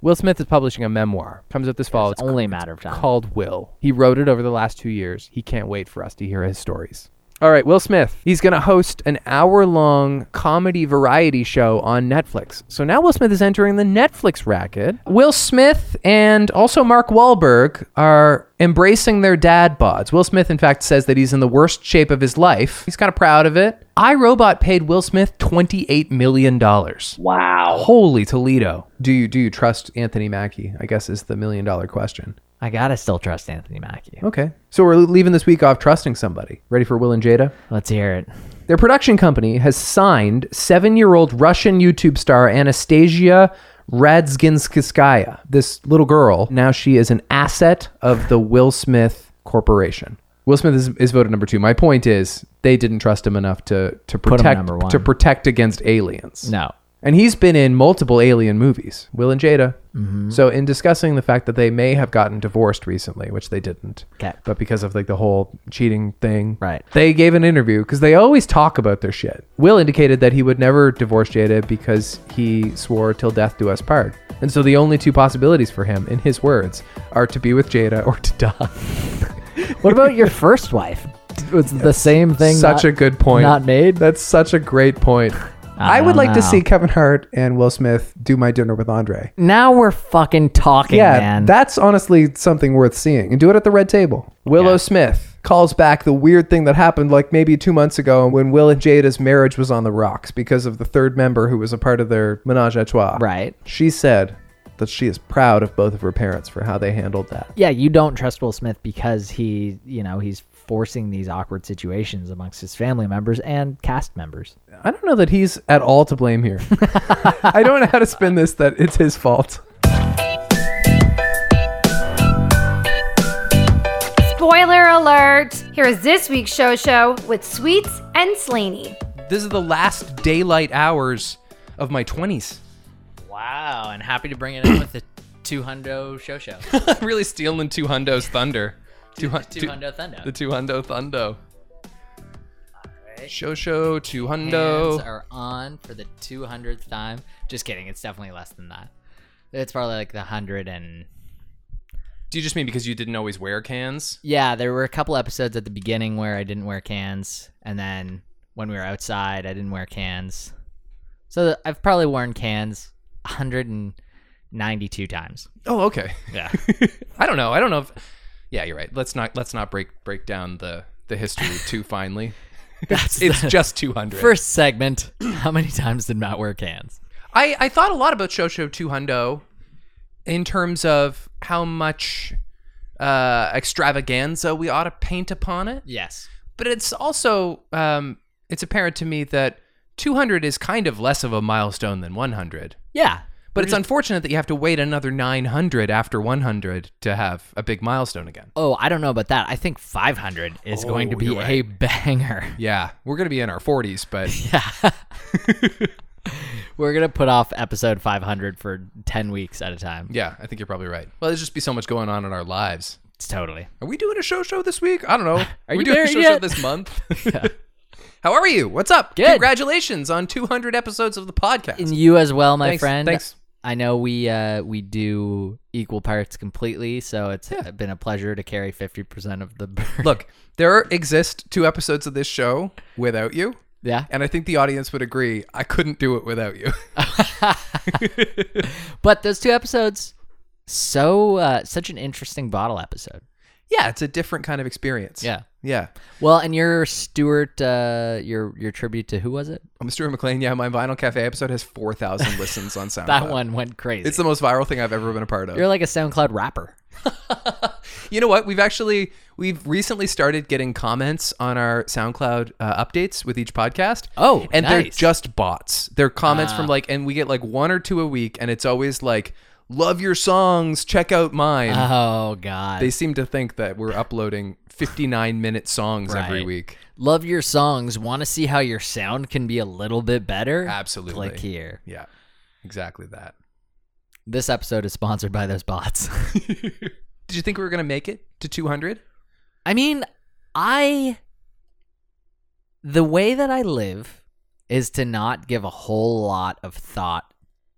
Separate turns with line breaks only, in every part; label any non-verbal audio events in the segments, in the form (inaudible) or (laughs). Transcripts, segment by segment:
Will Smith is publishing a memoir. Comes out this fall.
It's only a matter of time.
called Will. He wrote it over the last two years. He can't wait for us to hear his stories. All right, Will Smith. He's going to host an hour long comedy variety show on Netflix. So now Will Smith is entering the Netflix racket. Will Smith and also Mark Wahlberg are embracing their dad bods. Will Smith, in fact, says that he's in the worst shape of his life. He's kind of proud of it. iRobot paid Will Smith $28 million.
wow.
Holy Toledo. Do you, do you trust Anthony Mackie? I guess is the million dollar question.
I gotta still trust Anthony Mackie.
Okay. So we're leaving this week off trusting somebody. Ready for Will and Jada?
Let's hear it.
Their production company has signed seven year old Russian YouTube star Anastasia Radzginskaya. This little girl, now she is an asset of the Will Smith Corporation. Will Smith is, is voted number two. My point is they didn't trust him enough to, to
him
protect
number one.
to protect against aliens.
No.
And he's been in multiple alien movies, Will and Jada.
Mm-hmm.
So, in discussing the fact that they may have gotten divorced recently, which they didn't,
Okay.
but because of like the whole cheating thing,
Right.
They gave an interview because they always talk about their shit. Will indicated that he would never divorce Jada because he swore till death do us part. And so the only two possibilities for him, in his words, are to be with Jada or to die.
What about your first wife? Was the same thing. not-
Such a good point.
Not made.
That's such a great point. I,
I
would
don't
like to
know.
see Kevin Hart and Will Smith do my dinner with Andre.
Now we're fucking talking,
Yeah,
man.
that's honestly something worth seeing. And do it at the red table. Willow
Yeah.
Smith calls back the weird thing that happened like maybe two months ago when Will and Jada's marriage was on the rocks because of the third member who was a part of their menage a trois.
right.
She said that she is proud of both of her parents for how they handled that.
Yeah, you don't trust Will Smith because he, you know, he's forcing these awkward situations amongst his family members and cast members.
I don't know that he's at all to
(laughs)
blame here. I don't know how to spin this that it's his fault.
Spoiler alert! Here is this week's show show with Sweets and Slaney.
This is the last daylight hours of my 20s.
Wow, and happy to bring it in with the 200 show show.
I'm (laughs) really stealing two hundos thunder. Two, hun- (laughs)
Two
two-
hundo thundo.
The two hundo thundo. Show show two
Hands
hundo.
are on for the 200th time. Just kidding, it's definitely less than that. It's probably like the 100 and
Do you just mean because you didn't always wear cans?
Yeah, there were a couple episodes at the beginning where I didn't wear cans, and then when we were outside, I didn't wear cans. So th- I've probably worn cans 192 times.
Oh, okay. (laughs)
Yeah.
I don't know. I don't know if. Yeah, you're right. Let's not let's not break break down the the history (laughs) too finely.
That's
It's
the
just 200.
first segment. (clears throat) How many times did Matt wear cans?
I, I thought a lot about Show Show 200 in terms of how much uh, extravaganza we ought to paint upon it.
Yes.
But it's also um, it's apparent to me that 200 is kind of less of a milestone than 100.
Yeah.
But it's unfortunate that you have to wait another 900 after 100 to have a big milestone again.
Oh, I don't know about that. I think 500 is going to
Oh,
be
you're
a banger. (laughs)
Yeah, we're going to be in our 40s, but (laughs)
Yeah. We're going to put off episode 500 for 10 weeks at a time.
yeah, I think you're probably right. Well, there's just be so much going on in our lives.
It's totally.
Are we doing a show show this week? I don't (laughs) know. Are, we
you
doing a
married
show show
yet?
this (laughs) month? How are you? What's up?
Good.
Congratulations on 200 episodes of the podcast.
And you as well, my
Thanks,
friend.
thanks.
I know we uh, we do equal parts completely, so it's been a pleasure to carry 50% of the burden.
Look, there exist two episodes of this show without you,
(laughs) Yeah.
and I think the audience would agree I couldn't do it without you.
But those two episodes so uh, such an interesting bottle episode.
yeah, (laughs) it's a different kind of experience.
Yeah.
Yeah.
Well, and your Stuart uh, your your tribute to who was it?
I'm Stuart McLean. Yeah, my Vinyl Cafe episode has
(laughs)
4,000 listens on SoundCloud.
That one went crazy.
Uh, It's the most viral thing I've ever been a part of.
You're like a SoundCloud rapper.
(laughs) You know what? We've actually we've recently started getting comments on our SoundCloud uh, updates with each podcast.
Oh,
and they're
nice.
just bots. They're comments from like, and we get like one or two a week, and it's always like, "Love your songs, check out mine."
Oh God.
they seem to think that we're uploading 59 minute songs every
Right.
week.
Love your songs. Want to see how your sound can be a little bit better?
Absolutely.
Click here.
Yeah, exactly that.
This episode is sponsored by those bots. (laughs)
Did you think we were gonna make it to 200?
I mean, I. The way that I live is to not give a whole lot of thought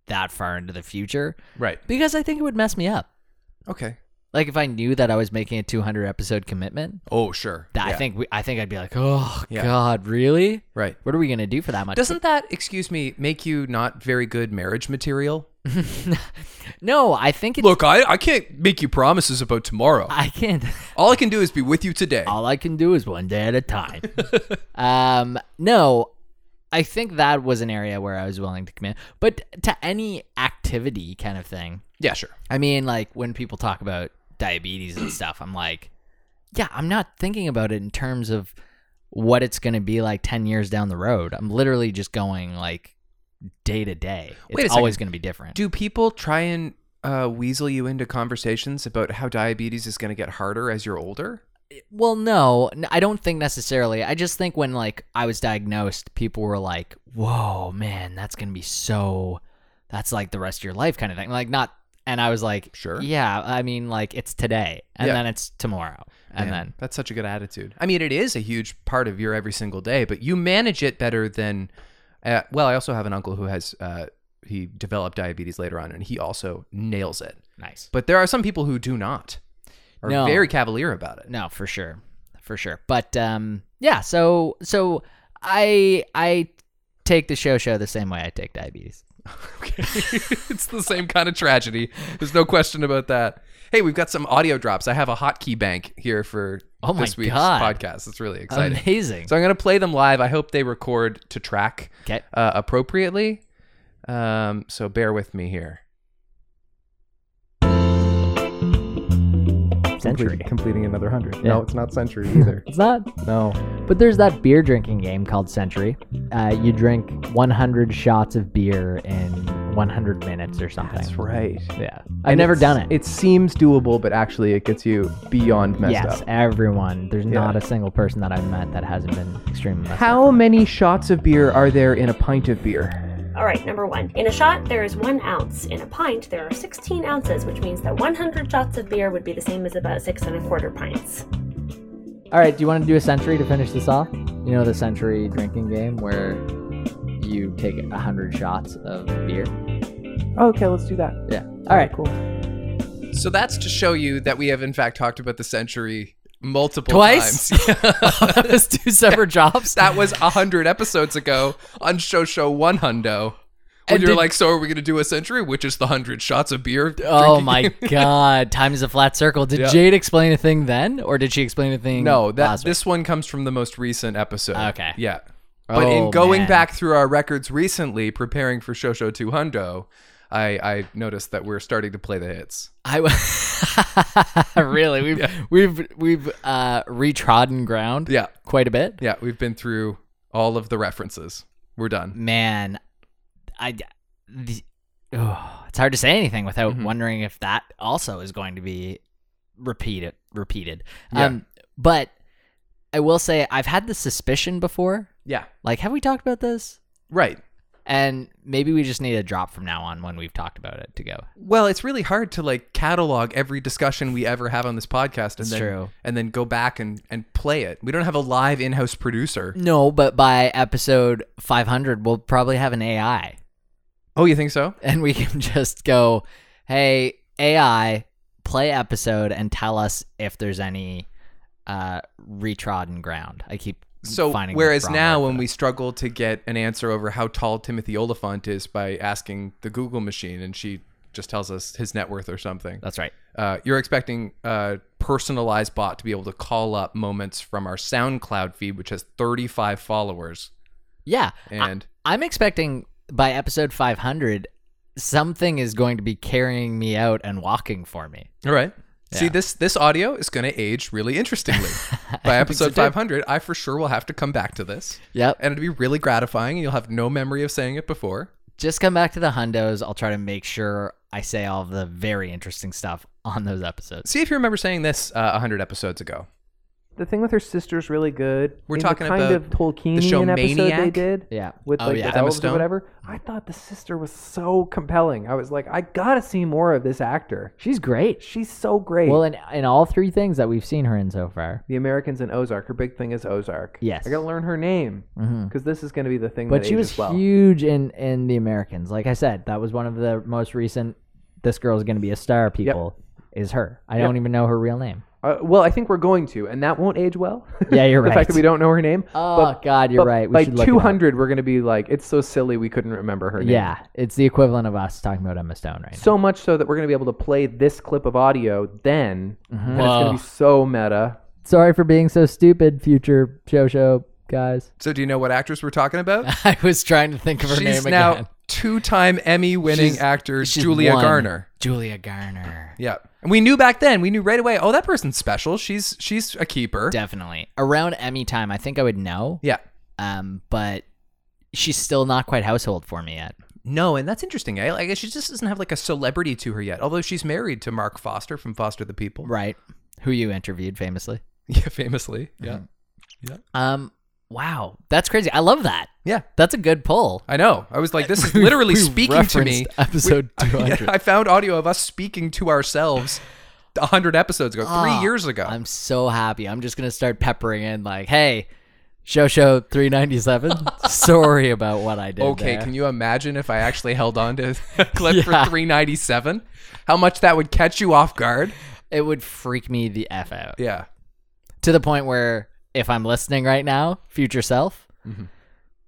that far into the future
Right.
because I think it would mess me up.
Okay.
Like if I knew that I was making a 200 episode commitment,
Oh, sure.
that I
Yeah.
think we, I think I'd be like, oh
Yeah.
god, really?
Right.
What are we gonna do for that much?
Doesn't that, excuse me, make you not very good marriage material?
no, I think it's
Look, I, I can't make you promises about tomorrow.
I can't. (laughs)
All I can do is be with you today.
All I can do is one day at
(laughs)
a time. um, no, I think that was an area where I was willing to commit, but to any activity kind of thing.
Yeah, sure.
I mean, like when people talk about diabetes and stuff, I'm like, yeah, I'm not thinking about it in terms of what it's going to be like 10 years down the road. I'm literally just going like day to day. It's
Wait a second.
always going to be different.
Do people try and uh, weasel you into conversations about how diabetes is going to get harder as you're older?
well, no, n- I don't think necessarily. I just think when like I was diagnosed, people were like, "Whoa, man, that's going to be so that's like the rest of your life kind of thing." Like not and I was like,
Sure.
Yeah, I mean like it's today and
Yeah.
then it's tomorrow. And
Man,
then
that's such a good attitude. I mean, it is a huge part of your every single day, but you manage it better than. Uh, well, I also have an uncle who has uh, he developed diabetes later on, and he also nails it.
nice.
But there are some people who do not, are
No.
very cavalier about it.
No, for sure. For sure. But um yeah, so so I I take the show show the same way I take diabetes.
Okay. (laughs) it's the same kind of tragedy. There's no question about that. Hey, we've got some audio drops. I have a hotkey bank here for
Oh my
this week's
God.
podcast. It's really exciting.
Amazing.
So I'm going to play them live. I hope they record to track
okay.
uh, appropriately. Um, so bear with me here.
Century.
completing another hundred.
No,
it's not century (laughs) either.
It's not.
no.
But there's that beer drinking game called Century. Uh, you drink 100 shots of beer in 100 minutes or something.
That's right.
Yeah. I've never done it.
It seems doable, but actually, it gets you beyond messed
yes,
up.
everyone. There's
Yeah.
not a single person that I've met that hasn't been extremely messed
How many shots of beer are there in a pint of beer?
All right, number one. In a shot, there is one ounce. In a pint, there are 16 ounces, which means that 100 shots of beer would be the same as about six and a quarter pints.
All right, do you want to do a century to finish this off? You know the century drinking game where you take a hundred shots of beer.
Okay, let's do that.
Yeah. All right. Cool.
So that's to show you that we have in fact talked about the century multiple
Twice?
times. (laughs)
that
(laughs)
was two separate jobs.
that was a hundred episodes ago on Show Show One Hundo. When
And
you're
did-
like, so are we gonna do a century, which is the hundred shots of beer?
Oh
drinking
my
game?" (laughs)
god, time is a flat circle. Did
Yeah.
Jade explain a thing then or did she explain a thing?
No, that
last week?
this one comes from the most recent episode.
Okay.
Yeah. But in
Oh,
going
man.
back through our records recently, preparing for Show Show Two Hundo, I, I noticed that we're starting to play the hits.
I w- (laughs) really we've we've we've uh retrodden ground
Yeah.
quite a bit.
Yeah, we've been through all of the references. We're done.
man, I the, oh, it's hard to say anything without
Mm-hmm.
wondering if that also is going to be repeated. Repeated.
Yeah.
Um, but I will say I've had the suspicion before.
Yeah.
Like, have we talked about this?
Right.
And maybe we just need a drop from now on when we've talked about it to go.
Well, it's really hard to like catalog every discussion we ever have on this podcast and
It's
then
true.
and then go back and and play it. We don't have a live in-house producer.
No, but by episode 500, we'll probably have an AI.
Oh, you think so?
(laughs) and we can just go, hey, AI, play episode and tell us if there's any uh, retrodden ground. I keep
So
finding the
whereas
wrong
now
word for
when
that.
we struggle to get an answer over how tall Timothy Oliphant is by asking the Google machine and she just tells us his net worth or something.
that's right,
Uh, you're expecting a personalized bot to be able to call up moments from our SoundCloud feed, which has 35 followers.
yeah,
And
I, am expecting by episode 500 something is going to be carrying me out and walking for me.
all right, see
Yeah.
this this audio is going to age really
(laughs)
interestingly. By episode 500, I for sure will have to come back to this,
Yep,
and it'll be really gratifying. And you'll have no memory of saying it before.
just come back to the hundos. I'll try to make sure I say all the very interesting stuff on those episodes.
See if you remember saying this uh, 100 episodes ago.
the thing with her sister's really good.
We're
In
talking
the kind
about
of Tolkienian
show
episode they
Maniac?
did.
Yeah.
With
Oh,
like
yeah.
the
Emma
elves or
Stone?
whatever. I thought the sister was so compelling. I was like, I gotta see more of this actor.
She's great.
She's so great.
Well, in, in all three things that we've seen her in so far.
the Americans in Ozark. Her big thing is Ozark.
Yes. Mm-hmm.
I gotta learn her name because this is gonna be the thing.
But
that
she was
ages well.
huge in, in The Americans. Like I said, that was one of the most recent, this girl's going to be a star people, is her. I don't even know her real name.
Uh, well, I think we're going to, and that won't age well.
Yeah, you're
(laughs) the
right.
(laughs)
fact that we don't know her name.
Oh, God, you're
but
right. We
by
should look it up.
200, we're gonna be like, it's so silly we couldn't remember her name.
Yeah, it's the equivalent of us talking about Emma Stone right
So much so that we're gonna be able to play this clip of audio then, and it's gonna
Whoa.
be so meta.
now. Sorry for being so stupid, future show show guys.
So do you know what actress we're talking about?
(laughs) I was trying to think of her
She's
name
now
again.
two-time Emmy-winning
She's-
actor
she's
Julia
one.
Garner.
Julia Garner.
Yeah, and we knew back then. We knew right away. Oh, that person's special. She's she's a keeper.
Definitely. Around Emmy time, I think I would know.
Yeah.
Um, but she's still not quite household for me yet.
No, and that's interesting. I, I guess she just doesn't have like a celebrity to her yet. Although she's married to Mark Foster from Foster the People.
Right. Who you interviewed famously.
(laughs) Yeah, famously. Yeah.
Mm-hmm. Um, wow. That's crazy. I love that.
Yeah.
That's a good pull.
I know. I was like, this (laughs) is (laughs) literally
We
speaking to me.
referenced
(laughs)
episode
We-
200.
I found audio of us speaking to ourselves a hundred episodes ago, three
Ah,
years ago.
I'm so happy. I'm just gonna start peppering in like, hey, show show three
(laughs)
ninety seven. Sorry about what I did.
okay,
there."
can you imagine if I actually held on (laughs) to a clip
Yeah.
for 397? How much that would catch you off guard?
it would freak me the F out.
Yeah.
To the point where if I'm listening right now, future self,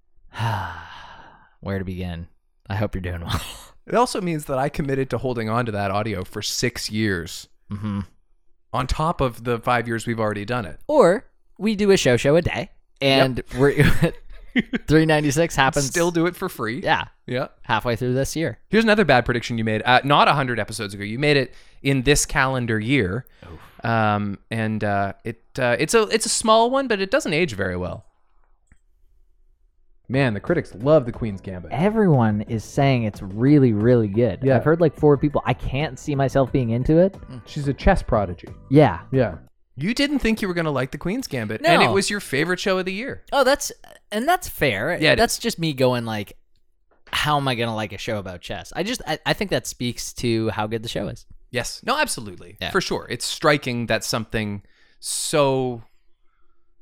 (sighs) where to begin? I hope you're doing well. (laughs)
It also means that I committed to holding on to that audio for six years
hmm
on top of the five years we've already done it.
Or we do a show show a day and we're (laughs) three ninety (laughs) six happens
Still do it for free.
yeah,
Yeah.
halfway through this year.
Here's another bad prediction you made. Uh, not 100 episodes ago. You made it in this calendar year. Um, and uh, it uh, it's a it's a small one, but it doesn't age very well.
Man, the critics love the Queen's Gambit.
Eh.
Everyone is saying it's really, really good.
Yeah.
I've heard like four people. I can't see myself being into it.
Mm.
She's a chess prodigy.
Yeah.
Yeah.
You didn't think you were going to like The Queen's Gambit, and it
No.
was your favorite show of the year.
Oh, that's and that's fair.
Yeah, it
that's just me going like, how am I gonna like a show about chess? I just I, I think that speaks to how good the show is.
Yes. No, absolutely.
Yeah.
For sure. It's striking that something so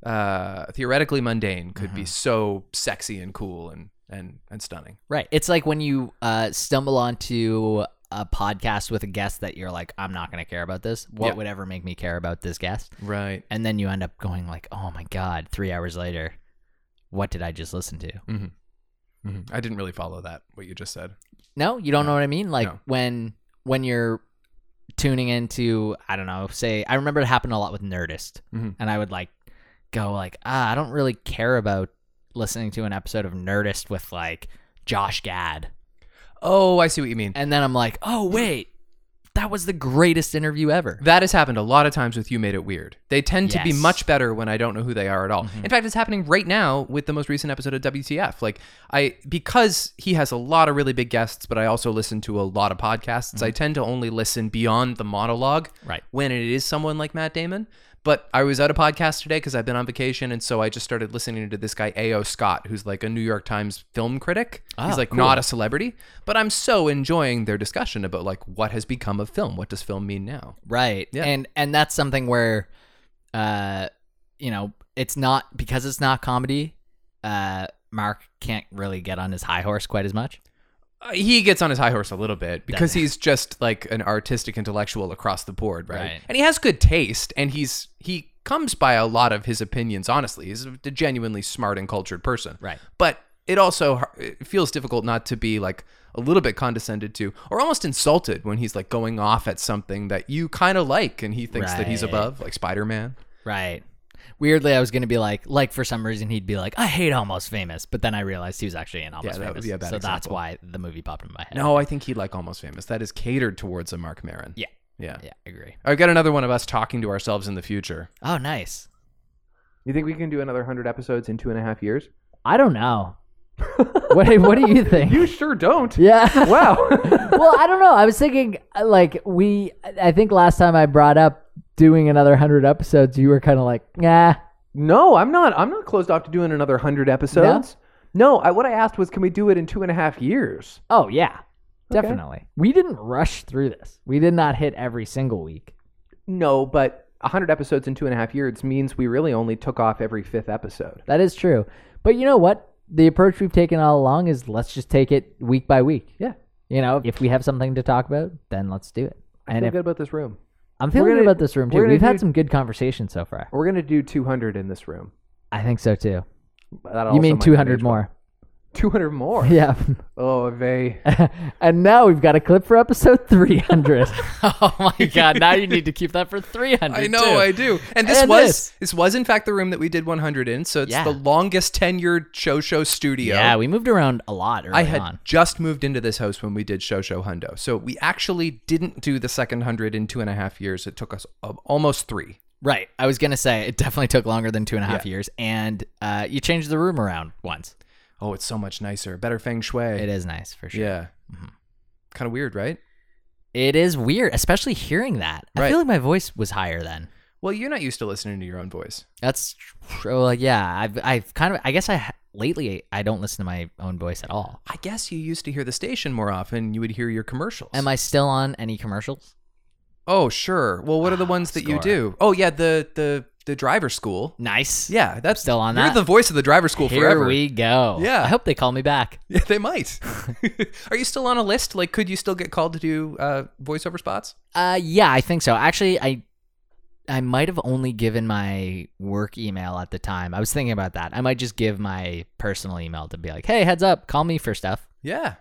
uh, theoretically mundane could
Mm-hmm.
be so sexy and cool and, and, and stunning.
Right. It's like when you uh, stumble onto a podcast with a guest that you're like, I'm not gonna care about this. What
Yeah.
would ever make me care about this guest?
Right.
And then you end up going like, oh my god, three hours later, what did I just listen to? Mm-hmm.
I didn't really follow that, what you just said.
No, you don't know what I mean. Like
No.
when when you're tuning into, I don't know, say I remember it happened a lot with Nerdist,
Mhm.
and I would like go like, ah, I don't really care about listening to an episode of Nerdist with like Josh Gad,
Oh, I see what you mean.
and then I'm like, oh wait, that was the greatest interview ever.
That has happened a lot of times with You Made It Weird. They tend to be
Yes. Mm-hmm.
much better when I don't know who they are at all. In fact, it's happening right now with the most recent episode of WTF. Like I because he has a lot of really big guests, but I also listen to a lot of podcasts.
Mm-hmm.
I tend to only listen beyond the monologue
Right.
when it is someone like Matt Damon. But I was at a podcast today because I've been on vacation, and so I just started listening to this guy A.O. Scott, who's like a New York Times film critic.
Ah,
He's like
cool.
not a celebrity, but I'm so enjoying their discussion about like what has become of film. What does film mean now?
Right.
Yeah.
And and that's something where uh you know, it's not because it's not comedy, uh Mark can't really get on his high horse quite as much.
Uh, he gets on his high horse a little bit because
Does-
he's just like an artistic intellectual across the board, right?
Right.
And he has good taste, and he's he comes by a lot of his opinions. Honestly, he's a genuinely smart and cultured person,
Right.
But it also har- it feels difficult not to be like a little bit condescended to or almost insulted when he's like going off at something that you kind of like and he thinks that he's
Right.
above, like Spider Man.
Right. Weirdly, I was gonna be like, like for some reason, he'd be like, "I hate Almost Famous," but then I realized he was actually in Almost
that would
Famous,
be a bad
so that's
example.
why the movie popped in my head.
No, I think he'd like Almost Famous. That is catered towards a Mark Maron.
Yeah.
Yeah.
yeah, I agree.
I've got another one of us talking to ourselves in the future. (laughs)
Oh, nice.
You think we can do another 100 episodes in two and a half years?
I don't
(laughs)
know. what, what do you think?
You sure don't. (laughs)
yeah.
Wow.
well, I don't know. I was thinking uh, like we. I think last time I brought up doing another hundred episodes, you were kind of like, nah.
No, I'm not. I'm not closed off to doing another hundred episodes. No, I, what I asked was, can we do it in two and a half years?
Oh yeah, definitely. We didn't rush through this. We did not hit every single week.
No, but hundred episodes in two and a half years means we really only took off every fifth episode.
That is true. But you know what? The approach we've taken all along is let's just take it week by week.
Yeah.
You know, if we have something to talk about, then let's do it.
I
And
feel
if,
good about this room.
I'm feeling
we're
good
gonna-
about this room too.
we're gonna
We've
do-
had some good conversations so far.
We're gonna do 200 in this room.
I think so too.
That
you
also
mean
might
200
change. (laughs)
more? (laughs)
200 more.
Yeah.
Oh, they.
(laughs) and now we've got a clip for episode (laughs) 300.
(laughs) oh my god! Now you need to keep that for three hundred.
I know, I do. And this
And
was
this.
this. was in fact the room that we did 100 in. So it's
Yeah.
the longest tenured show show studio.
Yeah, we moved around a lot early
I had
on.
just moved into this house when we did Show Show Hundo. So we actually didn't do the second hundred in two and a half years. It took us uh, almost three.
Right. I was gonna say it definitely took longer than two and a half years, and uh, you changed the room around once.
Oh, it's so much nicer. Better feng shui.
It is Mm-hmm. nice for sure.
Yeah. Kind of weird, right?
It is weird, especially hearing that. I
Right.
feel like my voice was higher then.
Well, you're not used to listening to your own voice.
That's tr- well, yeah. I've I've kind of I guess I ha- lately I don't listen to my own voice at all.
I guess you used to hear the station more often. You would hear your commercials.
Am I still on any commercials?
Oh, sure. Well, what are the ones that you
Ah, score.
do? Oh, yeah, the the the driver school.
Nice.
Yeah, that's
Still on
you're
that?
the voice of the driver school
Here
forever.
we go.
Yeah.
I hope they call me back.
Yeah, they might. Are you still on a list? Like, could you still get called to do uh, voiceover spots?
Uh, yeah, I think so. Actually, I I might have only given my work email at the time. I was thinking about that. I might just give my personal email to be like, "Hey, heads up, call me for stuff."
Yeah.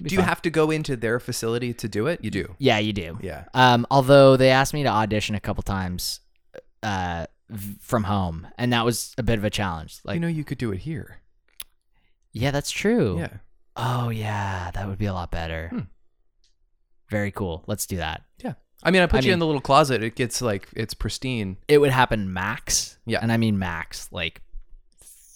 Be
do you
fun.
have to go into their facility to do it? You do.
Yeah, you do.
Yeah.
Um, although they asked me to audition a couple times, uh, v- from home, and that was a bit of a challenge. Like,
you know, you could do it here.
yeah, that's true.
Yeah.
Oh yeah, that would be a lot better.
Hmm.
Very cool. Let's do that.
Yeah. I mean, I put
I
you
mean-
in the little closet. It gets like it's pristine.
It would happen max.
Yeah.
and I mean max, like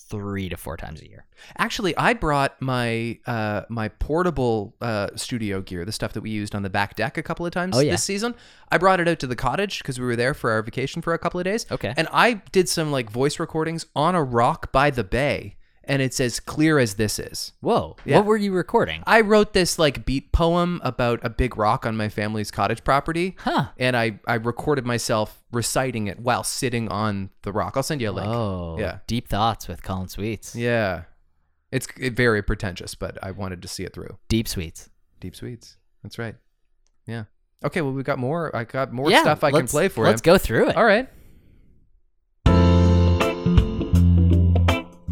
three to four times a year.
Actually, I brought my uh, my portable uh, studio gear, the stuff that we used on the back deck a couple of times
Oh, yeah.
this season. I brought it out to the cottage because we were there for our vacation for a couple of days.
Okay.
And I did some like voice recordings on a rock by the bay, and it's as clear as this is.
Whoa.
Yeah.
What were you recording?
I wrote this like beat poem about a big rock on my family's cottage property.
Huh.
And I, I recorded myself reciting it while sitting on the rock. I'll send you a link.
oh,
Yeah.
Deep thoughts with Colin Sweets.
Yeah. It's c- very pretentious, but I wanted to see it through.
Deep Sweets.
Deep Sweets. That's right. Yeah. Okay, well, we've got more. I got more
Yeah,
stuff I can
let's-
play for
Let's
him.
go through it.
All right.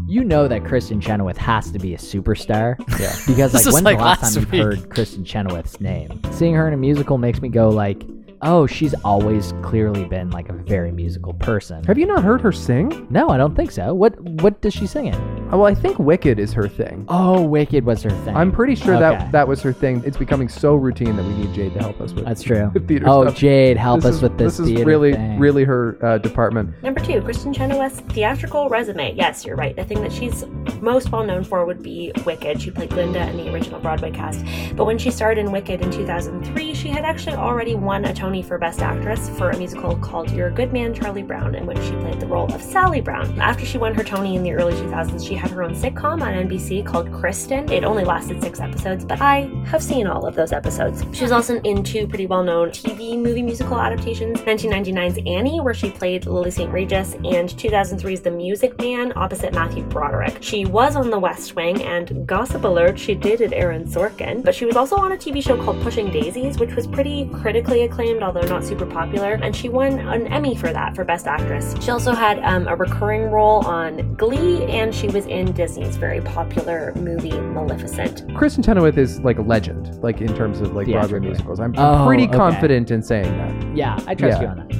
you know that Kristen Chenoweth has to be a
(laughs)
superstar. Yeah. Because
This
like
is
when's
like
the last
last
time you've
week.
heard Kristen Chenoweth's name? Seeing her in a musical makes me go like, oh, she's always clearly been like a very musical person.
Have you not heard her sing? Oh,
No, I don't think so. What what does she sing in?
Well, I think Wicked is her thing.
Oh, Wicked was her thing.
I'm pretty sure
Okay.
that that was her thing. It's becoming so routine that we need Jade to help us with.
That's true.
The (laughs) theater
oh,
stuff.
Jade, help
This
us
is-
with this.
This is
theater
really,
thing.
really her uh, department.
Number two, Kristen Chenoweth's theatrical resume. Yes, you're right. The thing that she's most well known for would be Wicked. She played Glinda in the original Broadway cast. But when she starred in Wicked in 2003, she had actually already won a Tony for Best Actress for a musical called Your Good Man Charlie Brown, in which she played the role of Sally Brown. After she won her Tony in the early 2000s, she had her own sitcom on NBC called Kristen. It only lasted six episodes, but I have seen all of those episodes. She was also in two pretty well known TV movie musical adaptations 1999's Annie, where she played Lily St. Regis, and 2003's The Music Man opposite Matthew Broderick. She was on The West Wing, and gossip alert, she dated Aaron Sorkin, but she was also on a TV show called Pushing Daisies, which was pretty critically acclaimed, although not super popular, and she won an Emmy for that for Best Actress. She also had um, a recurring role on Glee, and she was in Disney's very popular movie Maleficent.
Kristen Chenoweth is like a legend, like in terms of like Broadway
Theatrically.
musicals. I'm
Oh,
pretty
okay.
confident in saying that.
Yeah, I trust
Yeah.
you on that.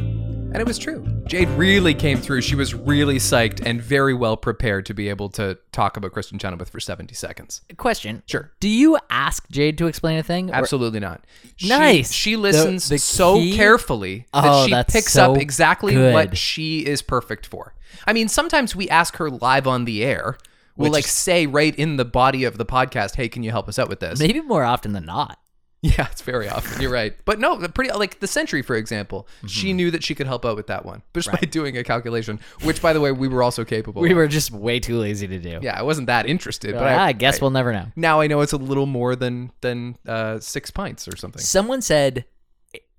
And it was true. Jade really came through. She was really psyched and very well prepared to be able to talk about Kristen Chenoweth for 70 seconds.
Question.
Sure.
Do you ask Jade to explain a thing? or-
Absolutely not. She-
Nice.
She,
The-
listens
the
so
key-
carefully that
Oh,
she
that's
picks
so
up exactly
good.
what she is perfect for. I mean, sometimes we ask her live on the air. We'll
Which-
like say right in the body of the podcast, "Hey, can you help us out with this?"
Maybe more often than not.
(laughs) Yeah, it's very often. You're right. But no, the pretty like the Sentry, for example,
Mm-hmm.
she knew that she could help out with that one just by doing a calculation, which, by the way, we were also capable.
We
of.
were just way too lazy to do.
Yeah, I wasn't that interested, but
But I,
I,
guess we'll never know.
now I know it's a little more than than uh, six pints or something.
Someone said,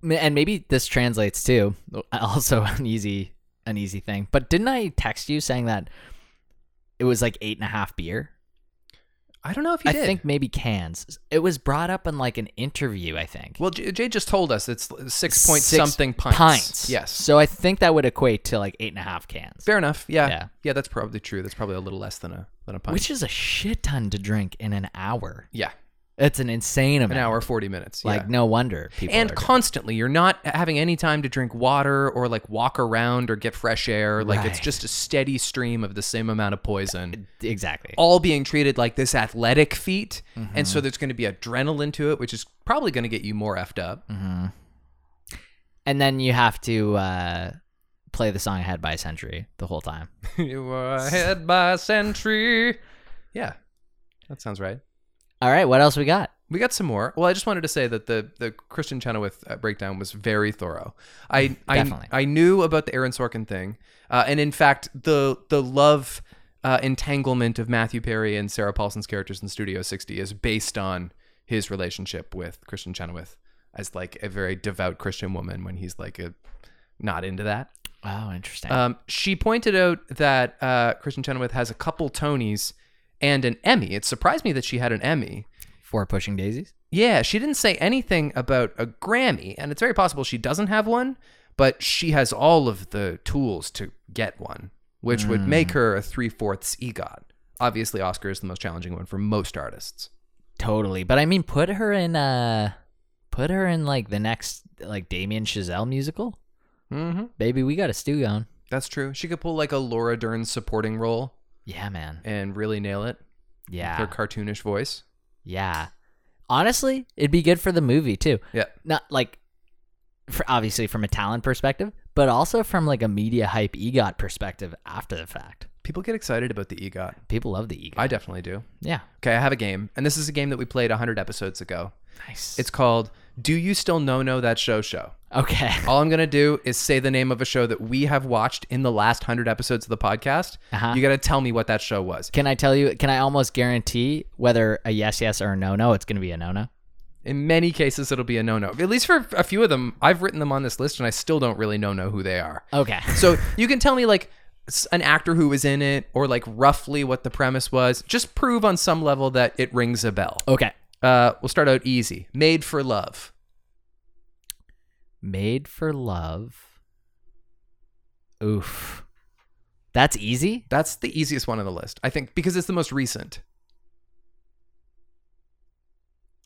and maybe this translates too. (laughs) Also, an easy, an easy thing. But didn't I text you saying that it was like eight and a half beer?
I don't know if you
I
did.
think maybe cans. It was brought up in like an interview. I think.
well, J- Jay just told us it's six point
Six
something pints.
Pints.
Yes.
So I think that would equate to like eight and a half cans.
Fair enough. Yeah.
Yeah.
yeah. that's probably true. That's probably a little less than a than a pint.
Which is a shit ton to drink in an hour.
yeah,
It's an insane amount.
an hour forty minutes.
Like
yeah.
no wonder people
and
are-
constantly you're not having any time to drink water or like walk around or get fresh air like it's
Right.
just a steady stream of the same amount of poison
exactly.
all being treated like this athletic feat and so there's going to be adrenaline to it which is probably going to get you more effed up
and then you have to uh, play the song "Head by Century" the whole time.
(laughs) you were ahead by century yeah that sounds right
All right, what else we got?
We got some more. Well, I just wanted to say that the the Christian Chenoweth uh, breakdown was very thorough. I I,
Definitely.
I knew about the Aaron Sorkin thing, uh, and in fact, the the love uh, entanglement of Matthew Perry and Sarah Paulson's characters in Studio 60 is based on his relationship with Christian Chenoweth as like a very devout Christian woman when he's like a not into that.
Oh, interesting.
Um, she pointed out that uh, Christian Chenoweth has a couple Tonys and an Emmy. It surprised me that she had an Emmy.
Four pushing daisies.
Yeah, she didn't say anything about a Grammy, and it's very possible she doesn't have one, but she has all of the tools to get one, which
Mm.
would make her e a three fourths EGOT. Obviously, Oscar is the most challenging one for most artists.
Totally, but I mean, put her in. Uh, put her in like the next like Damien Chazelle musical.
Mm-hmm.
Baby, we got a stew going.
That's true. She could pull like a Laura Dern supporting role
Yeah, man.
and really nail it
Yeah,
with her cartoonish voice.
yeah. Honestly, it'd be good for the movie too.
Yeah.
Not like, for, obviously from a talent perspective, but also from like a media hype EGOT perspective after the fact.
People get excited about the EGOT.
People love the EGOT.
I definitely do.
yeah.
Okay, I have a game, and this is a game that we played 100 episodes ago.
Nice.
It's called Do You Still Know Know That Show Show?
okay.
(laughs)
(laughs)
All I'm gonna do is say the name of a show that we have watched in the last hundred episodes of the podcast.
Uh-huh.
You gotta tell me what that show was.
Can I tell you? Can I almost guarantee whether a yes, yes or a no, no? It's going to be a no, no.
In many cases, it'll be a no-no. At least for a few of them, I've written them on this list, and I still don't really know know who they are.
Okay.
So you can tell me like s- an actor who was in it, or like roughly what the premise was. Just prove on some level that it rings a bell.
(laughs) Okay.
Uh, we'll start out easy. Made for Love.
Made for love. Oof. That's easy.
That's the easiest one on the list, I think, because it's the most recent.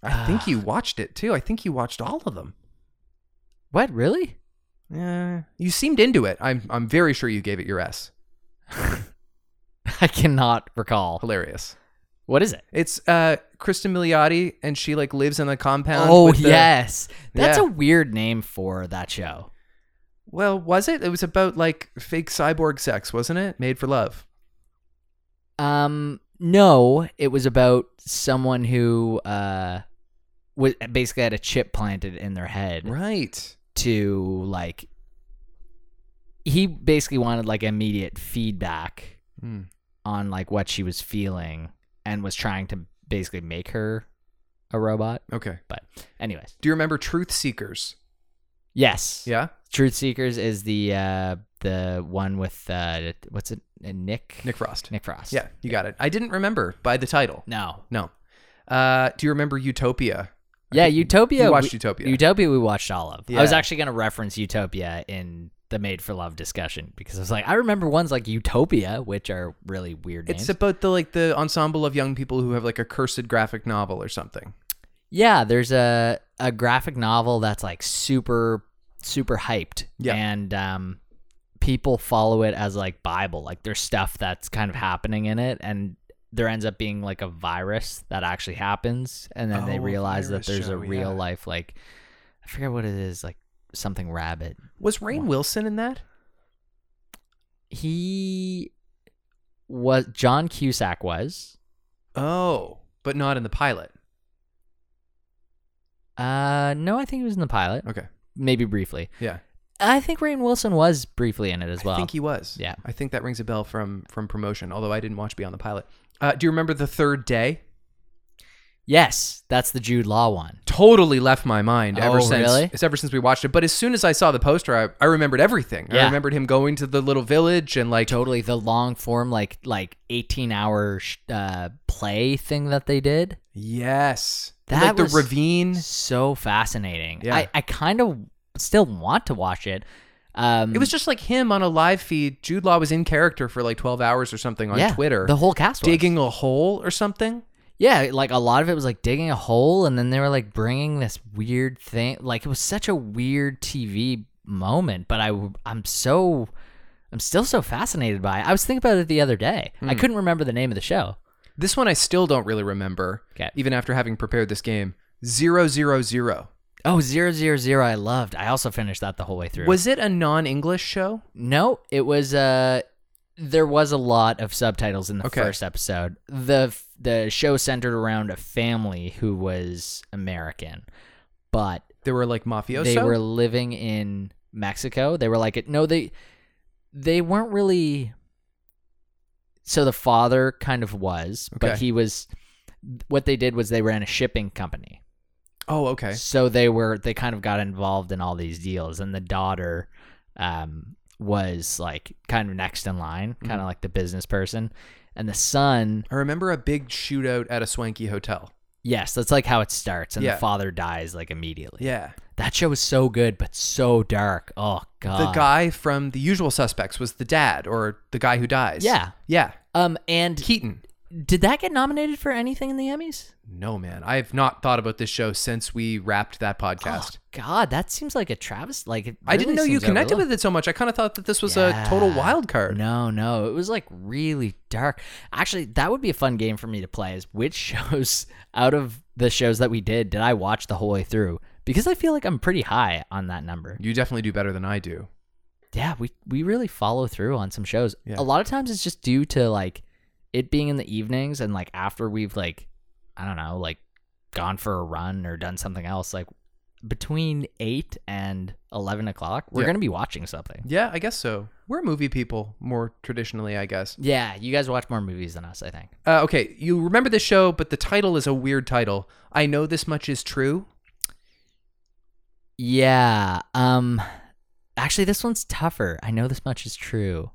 I think
Ah.
you watched it too. I think you watched all of them.
(sighs) What really?
Yeah. You seemed into it. I'm I'm very sure you gave it your S.
(laughs) I cannot recall.
Hilarious.
What is it?
It's uh Kristen Milioti and she like lives in a compound.
Oh
with the-
yes, that's
Yeah.
a weird name for that show.
well, was it? It was about like fake cyborg sex, wasn't it? Made for love.
Um, no, it was about someone who uh, was basically had a chip planted in their head.
Right.
to like he basically wanted like immediate feedback
Hmm.
on like what she was feeling and was trying to basically make her a robot
Okay.
but anyways
Do you remember Truth Seekers?
yes
Yeah.
truth seekers is the uh the one with uh what's it uh, nick
Nick Frost.
nick frost
Yeah, you got it. I didn't remember by the title.
no
No. Uh, do you remember Utopia?
yeah utopia
you watched
we-
Utopia.
utopia we watched all of i was
Yeah.
actually going to reference utopia in the made for love discussion because i was like i remember ones like utopia which are really weird names.
It's about the like the ensemble of young people who have like a cursed graphic novel or something.
Yeah, there's a a graphic novel that's like super super hyped.
Yeah.
And um people follow it as like Bible. Like there's stuff that's kind of happening in it and there ends up being like a virus that actually happens and then
Oh,
they
a
realize
virus
that there's a
show,
real
yeah.
life like I forget what it is, like something rabbit.
Was Rain Wilson in that?
He was John Cusack was.
Oh, but not in the pilot.
Uh, no, I think he was in the pilot.
Okay.
Maybe briefly.
Yeah.
I think Rain Wilson was briefly in it as well.
I think he was.
Yeah.
I think that rings a bell from from promotion, although I didn't watch Beyond the Pilot. Uh, do you remember the third day?
yes, that's the Jude Law one.
Totally left my mind
Oh,
ever since
really?
it's ever since we watched it. But as soon as I saw the poster, I, I remembered everything. I
Yeah.
remembered him going to the little village and like
Totally the long form, like like eighteen hour sh- uh, play thing that they did.
Yes.
That
like the
was-
ravine.
So fascinating.
Yeah.
I, I kind of still want to watch it. Um,
It was just like him on a live feed. Jude Law was in character for like 12 hours or something on
yeah,
Twitter,
The whole cast was.
digging a hole or something.
Yeah, like a lot of it was like digging a hole, and then they were like bringing this weird thing. Like it was such a weird TV moment, but I I'm so I'm still so fascinated by it. I was thinking about it the other day. I
Hmm.
couldn't remember the name of the show.
This one I still don't really remember,
Okay.
even after having prepared this game. Zero zero zero.
Oh, zero zero zero. I loved. I also finished that the whole way through.
Was it a non-English show?
no, it was uh there was a lot of subtitles in the
Okay.
first episode. The f- the show centered around a family who was American, but
They were like mafioso.
they were living in Mexico. They were like no, they they weren't really. So the father kind of was, but
Okay.
he was. What they did was they ran a shipping company,
oh, okay.
so they were they kind of got involved in all these deals, and the daughter, um, was like kind of next in line,
Mm-hmm.
kind of like the business person, and the son
I remember a big shootout at a swanky hotel.
Yes, that's like how it starts, and
Yeah.
the father dies like immediately.
Yeah.
That show was so good, but so dark. Oh god.
the guy from The Usual Suspects was the dad, or the guy who dies.
Yeah.
Yeah.
Um, and
Keaton.
did that get nominated for anything in the Emmys?
No, man. I have not thought about this show since we wrapped that podcast.
(gasps) Oh god, that seems like a Travis. Like it
I didn't know you connected with it so much. I kind of thought that this was a total wild card.
No, no, it was like really dark. Actually, that would be a fun game for me to play. Is which (laughs) shows out of the shows that we did did I watch the whole way through? Because I feel like I'm pretty high on that number.
You definitely do better than I do.
yeah, we we really follow through on some shows.
Yeah.
A lot of times it's just due to like it being in the evenings and like after we've like I don't know, like gone for a run or done something else. Like between eight and eleven o'clock, we're
Yeah.
gonna be watching something.
Yeah, I guess so. We're movie people more traditionally, I guess.
Yeah, you guys watch more movies than us, I think.
Uh, okay, you remember the show, but the title is a weird title. I know this much is true.
Yeah. Um actually this one's tougher. I know this much is true.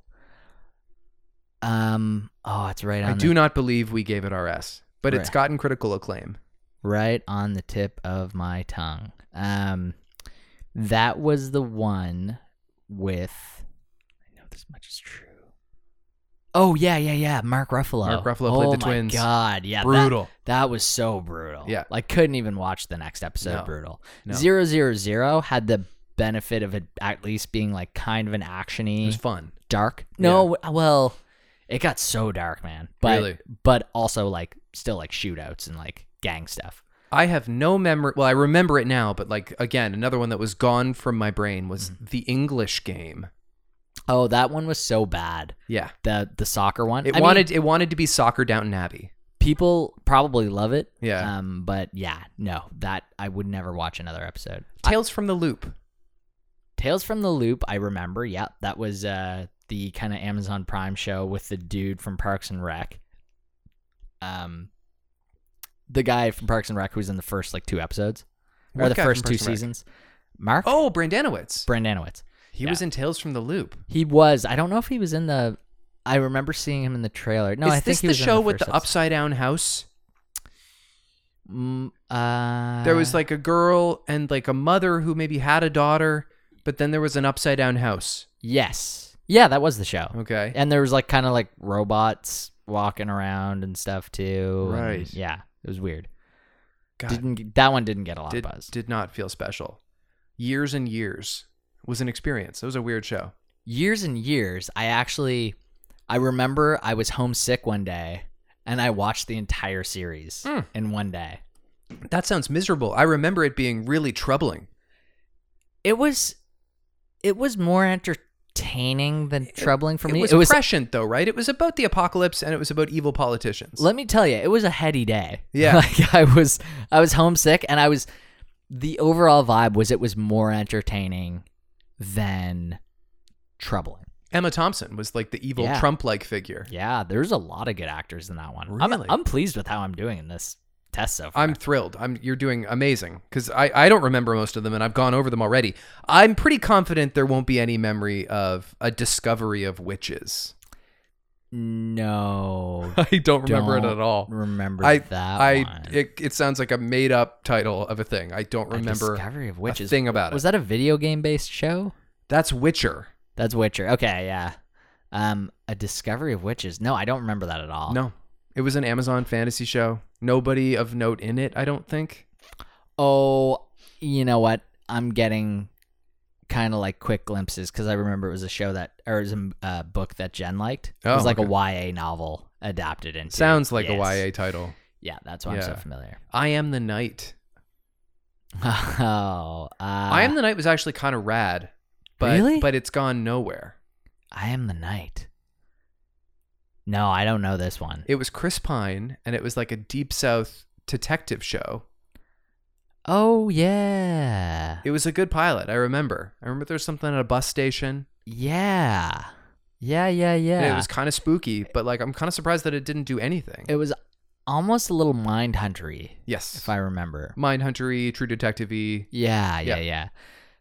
Um oh it's right on
I
the-
do not believe we gave it our S, but it's
Right.
gotten critical acclaim.
right on the tip of my tongue. Um, that was the one with. I know this much is true. Oh yeah, yeah, yeah. Mark Ruffalo.
Mark Ruffalo played
Oh,
the
my
twins.
God, yeah, that-
Brutal.
That, was so brutal.
Yeah.
like couldn't even watch the next episode.
No.
Brutal.
No.
Zero zero zero had the benefit of it at least being like kind of an actiony
It was fun.
dark. No, well, it got so dark, man. But
Really?
but also like still like shootouts and like gang stuff.
I have no memory. Well, I remember it now, but like again, another one that was gone from my brain was
Mm-hmm.
the English game.
Oh, that one was so bad.
Yeah,
The the soccer one.
it
I mean,
wanted it wanted to be soccer Downton Abbey.
people probably love it.
Yeah.
Um, but yeah, no, that I would never watch another episode.
Tales from the Loop.
Tales from the Loop, I remember. Yeah, that was uh the kind of Amazon Prime show with the dude from Parks and Rec. Um the guy from Parks and Rec who's in the first like two episodes.
What
or the
guy from
first two
Parks and Rec?
seasons. Mark
Oh, Brandanowitz.
Brandanowitz.
He
yeah.
was in Tales from the Loop.
He was. I don't know if he was in the I remember seeing him in the trailer. No,
Is
I
this
think he
the
was in
show with
first
the
episode.
upside down house?
Mm, uh,
there was like a girl and like a mother who maybe had a daughter, but then there was an upside down house.
yes, yeah, that was the show.
Okay.
And there was like kind of like robots walking around and stuff too. and
Right.
yeah, it was weird.
God,
Didn't get- that one didn't get a lot
did,
of buzz.
did not feel special. Years and years was an experience. It was a weird show.
years and years, I actually, I remember I was homesick one day and I watched the entire series
Mm.
in one day.
That sounds miserable. I remember it being really troubling.
It was, it was more entertaining than troubling for
it
me.
was
it was.
prescient though, right? It was about the apocalypse and it was about evil
(laughs)
politicians.
Let me tell you, it was a heady day.
Yeah.
like I was, I was homesick, and I was. the overall vibe was it was more entertaining than troubling.
Emma Thompson was like the evil
Yeah.
Trump-like figure.
Yeah, there's a lot of good actors in that one. I'm,
Really?
I'm pleased with how I'm doing in this test so far.
I'm thrilled. I'm you're doing amazing because I I don't remember most of them and I've gone over them already. I'm pretty confident there won't be any memory of a discovery of witches.
no,
(laughs) I don't remember it
Don't
at all.
Remember
I
that?
I
one.
it, it sounds like a made up title of a thing. I don't
The
remember
Discovery of Witches.
thing about
was
it.
that a video game based show?
That's Witcher.
That's Witcher. Okay, yeah. Um, a Discovery of Witches. No, I don't remember that at all.
No, it was an Amazon fantasy show. Nobody of note in it. I don't think.
Oh, you know what? I'm getting kind of like quick glimpses because I remember it was a show that or it was a uh, book that Jen liked. it
Oh,
was like a YA novel adapted into.
Sounds like
Yes.
a YA title.
Yeah, that's why I'm so
Yeah.
familiar. (laughs)
I am the night.
Oh, uh,
I am the night was actually kind of rad, but
Really?
but it's gone nowhere.
I am the night. No, I don't know this one.
It was Chris Pine, and it was like a deep south detective show.
Oh yeah,
It was a good pilot. I remember. I remember there was something at a bus station.
yeah, yeah, yeah,
and
yeah.
it was kind of spooky, but like I'm kind of surprised that it didn't do anything.
It was almost a little mind huntery,
yes.
if I remember.
Mindhuntery, True Detective y.
Yeah, yeah,
Yeah.
yeah,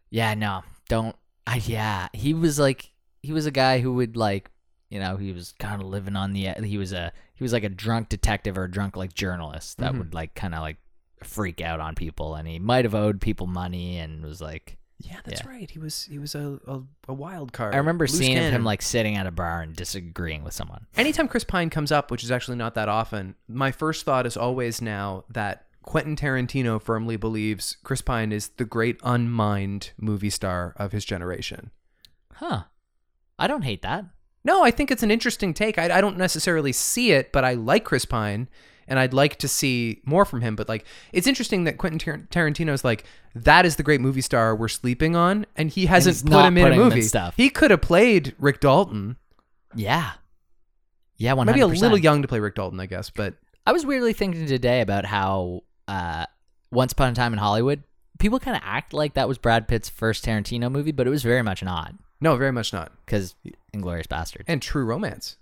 yeah. No, don't. I yeah, he was like he was a guy who would like you know he was kind of living on the he was a he was like a drunk detective or a drunk like journalist that
Mhm.
would like kind of like freak out on people and he might have owed people money and was like
Yeah,
that's
right. He was he was a, a, a wild card.
I remember seeing of him like sitting at a bar and disagreeing with someone.
anytime Chris Pine comes up, which is actually not that often, my first thought is always now that Quentin Tarantino firmly believes Chris Pine is the great unmined movie star of his generation.
Huh. I don't hate that.
No, I think it's an interesting take. I, I don't necessarily see it, but I like Chris Pine and I'd like to see more from him. But like, it's interesting that Quentin Tar- Tarantino's like, that is the great movie star we're sleeping on. And he hasn't
he's
put
not
him in a
putting him in
movie.
stuff.
He could have played Rick Dalton.
Yeah. Yeah, one
Maybe
hundred
a little young to play Rick Dalton, I guess, but
I was weirdly thinking today about how uh, Once Upon a Time in Hollywood, people kind of act like that was Brad Pitt's first Tarantino movie, but it was very much not
no, very much not.
because Inglorious Bastard.
And True Romance.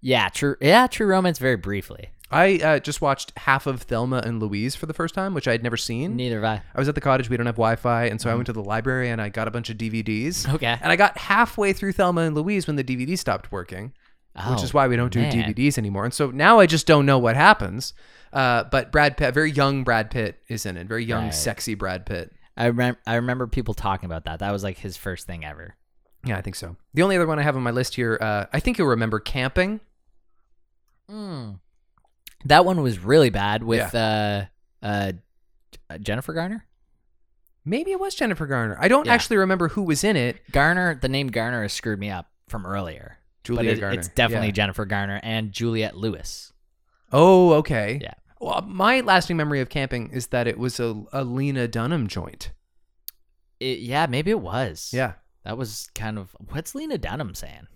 Yeah, true. Yeah, True Romance. Very briefly.
I uh, just watched half of Thelma and Louise for the first time, which I had never seen.
Neither have I.
I was at the cottage. We don't have Wi-Fi, and so I went to the library and I got a bunch of DVDs.
Okay.
And I got halfway through Thelma and Louise when the DVD stopped working, which
Oh,
is why we don't do
man.
DVDs anymore. And so now I just don't know what happens. Uh, but Brad Pitt, very young Brad Pitt, is in it. Very young,
Right.
sexy Brad Pitt.
I remember. I remember people talking about that. That was like his first thing ever.
Yeah, I think so. The only other one I have on my list here, uh, I think you'll remember Camping. Hmm.
That one was really bad with uh, uh, Jennifer Garner.
Maybe it was Jennifer Garner. I don't
Yeah.
actually remember who was in it.
Garner, the name Garner has screwed me up from earlier. But
Julia
it-
Garner.
It's definitely
Yeah.
Jennifer Garner and Juliette Lewis.
Oh, okay.
Yeah.
Well, my lasting memory of camping is that it was a, a Lena Dunham joint.
It- yeah, maybe it was. That was kind of what's Lena Dunham saying?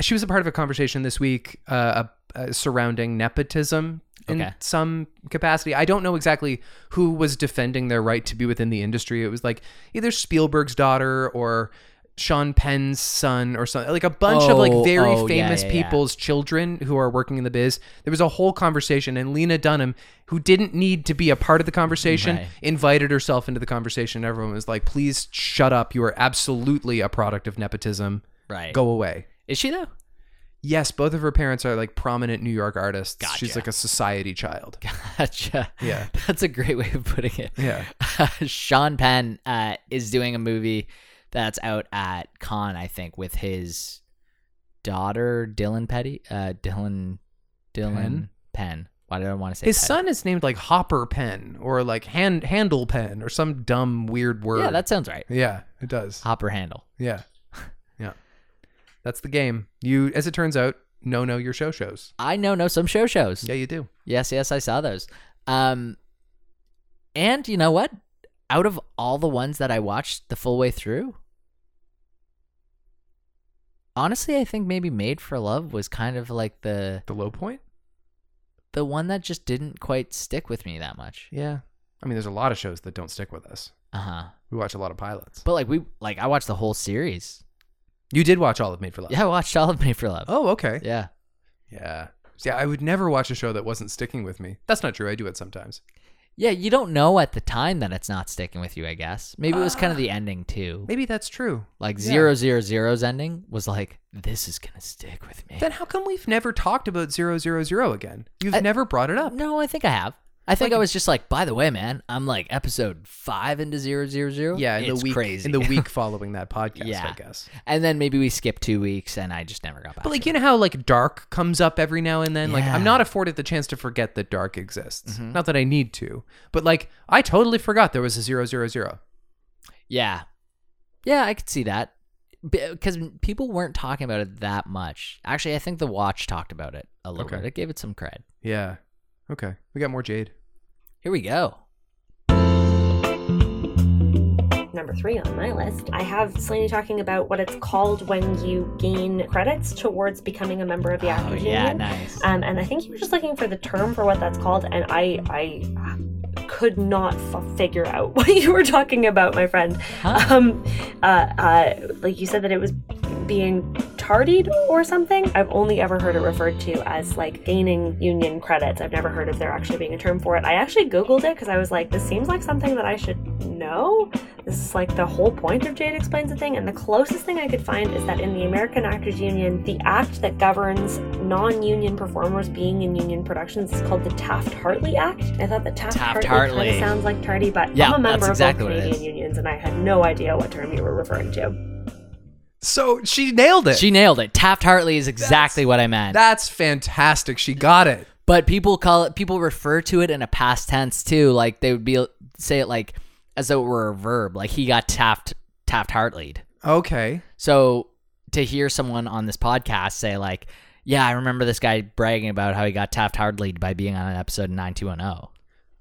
She was a part of a conversation this week uh, uh, surrounding nepotism in
Okay.
some capacity. I don't know exactly who was defending their right to be within the industry. It was like either Spielberg's daughter or Sean Penn's son or something like a bunch of like
Oh,
very
oh, yeah,
famous
yeah, yeah.
people's children who are working in the biz. There was a whole conversation and Lena Dunham who didn't need to be a part of the conversation
Right.
invited herself into the conversation. Everyone was like, "Please shut up. You are absolutely a product of nepotism.
Right.
Go away."
Is she though? (laughs)
Yes, both of her parents are like prominent New York artists. She's
Gotcha.
like a society (laughs) child.
Gotcha.
Yeah.
That's a great way of putting it. (laughs)
Yeah.
Sean Penn uh, is doing a movie that's out at Con, I think, with his daughter Dylan Petty. Uh, Dylan. Dylan Penn.
Penn?
Why did I want to say
His
Petty?
son is named like Hopper Pen or like Hand Handle Pen or some dumb weird word.
Yeah, that sounds right.
yeah, it does.
Hopper handle.
Yeah, yeah. That's the game. You, as it turns out, no, no, your show shows.
I know, know some show shows.
Yeah, you do.
Yes, yes, I saw those. Um, and you know what? Out of all the ones that I watched the full way through, honestly, I think maybe Made for Love was kind of like the
The low point.
the one that just didn't quite stick with me that much.
Yeah. I mean, there's a lot of shows that don't stick with us.
Uh huh.
We watch a lot of pilots.
But like we like I watched the whole series.
You did watch all of Made for Love.
Yeah, I watched all of Made for Love.
Oh, okay.
Yeah.
Yeah. See, I would never watch a show that wasn't sticking with me. That's not true. I do it sometimes.
Yeah, you don't know at the time that it's not sticking with you, I guess. Maybe it was kind of the ending too.
Maybe that's true.
Like
Uh, Yeah.
zero zero zero's ending was like, this is gonna stick with me.
Then how come we've never talked about zero zero zero again? You've
I-
never brought it up.
Oh, No, I think I have. I think
Like-
I was just like, by the way, man, I'm like episode five into zero zero zero.
Yeah, in
it's
the week
crazy.
in the week following that podcast, I
Yeah.
guess.
(laughs) and then maybe we skipped two weeks, and I just never got back.
But like
to
you know how like dark comes up every now and then. Like I'm
Yeah.
not afforded the chance to forget that dark exists. Not that I need to, but like I totally forgot there was a zero zero zero.
it. yeah, yeah, I could see that because people weren't talking about it that much. Actually, I think the watch talked about it a little
Okay.
bit. It gave it some cred.
Yeah. Okay. We got more Jade.
Here we go.
number three on my list. I have Slaney talking about what it's called when you gain credits towards becoming a member of the
Oh
actors
yeah,
union.
nice.
Um, and I think he was just looking for the term for what that's called, and I I uh, could not f- figure out (laughs) what you were talking about, my friend.
Huh?
(laughs) Um, uh, uh, like you said that it was being tardied or something. I've only ever heard it referred to as like gaining union credits. I've never heard of there actually being a term for it. I actually googled it because I was like, this seems like something that I should know. This is like the whole point of Jade Explains a Thing, and the closest thing I could find is that in the American Actors Union, the act that governs non union performers being in union productions is called the Taft Hartley Act. I thought the Taft Hartley kind
Taft-Hartley.
of sounds like tardy, but
Yeah,
I'm a
that's
member
exactly
of
what
both
it
Canadian
is.
unions, and I had no idea what term you were referring to.
So she nailed it.
She nailed it. Taft Hartley is exactly what I meant.
That's fantastic. She got it.
but people call it people refer to it in a past tense too like they would be say it like as though it were a verb like he got tapped tapped hartleyed
Okay.
so to hear someone on this podcast say like yeah i remember this guy bragging about how he got tapped hartleyed by being on an episode of 9210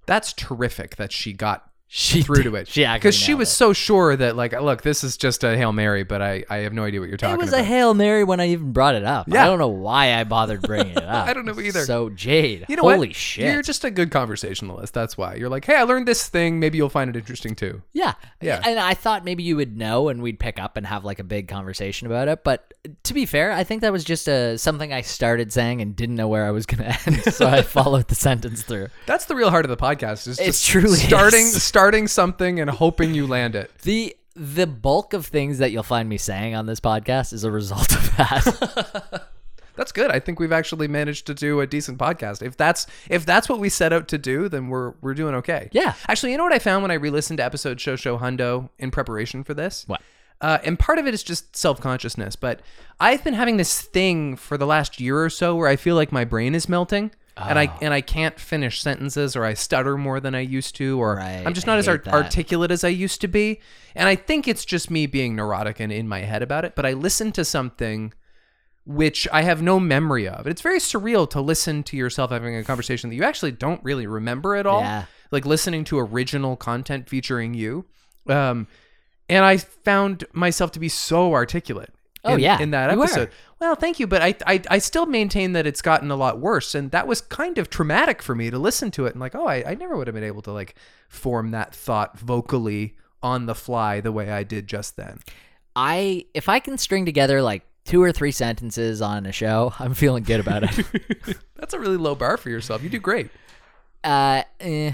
That's terrific that she got
she
through to it.
she actually
because she
nailed
was
it.
so sure that like, look, this is just a hail mary, but I I have no idea what you're talking
it was
about.
a hail mary when i even brought it up
Yeah.
i don't know why i bothered bringing (laughs) it up
I don't know either.
so jade
you know
holy
what?
shit
You're just a good conversationalist. That's why you're like, hey, I learned this thing. Maybe you'll find it interesting too.
Yeah.
Yeah.
And I thought maybe you would know and we'd pick up and have like a big conversation about it. But to be fair, I think that was just a, something I started saying and didn't know where I was going to (laughs) end. so
(laughs)
I followed the sentence through.
That's the real heart of the podcast. Is
It
just
truly
starting
is.
starting something and hoping you land it.
The the bulk of things that you'll find me saying on this podcast is a result of
(laughs)
that.
That's good. I think we've actually managed to do a decent podcast. If that's if that's what we set out to do, then we're we're doing okay.
Yeah.
Actually, you know what I found when I re-listened to episode Show Show Hundo in preparation for this?
What?
Uh, and part of it is just self-consciousness, but I've been having this thing for the last year or so where I feel like my brain is melting. And
Oh.
I and I can't finish sentences, or I stutter more than I used to, or
Right,
I'm just
I
not as
hate
art-
that.
articulate as I used to be. And I think it's just me being neurotic and in my head about it. But I listened to something which I have no memory of. It's very surreal to listen to yourself having a conversation that you actually don't really remember at all.
Yeah.
Like listening to original content featuring you. Um, and I found myself to be so articulate.
Oh,
in-
yeah.
in that
You were.
episode. Well, thank you, but I, I I still maintain that it's gotten a lot worse, and that was kind of traumatic for me to listen to it and like, oh, I, I never would have been able to like form that thought vocally on the fly the way I did just then.
I if I can string together like two or three sentences on a show, I'm feeling good
(laughs)
about it.
That's a really low bar for yourself. You do great.
uh eh.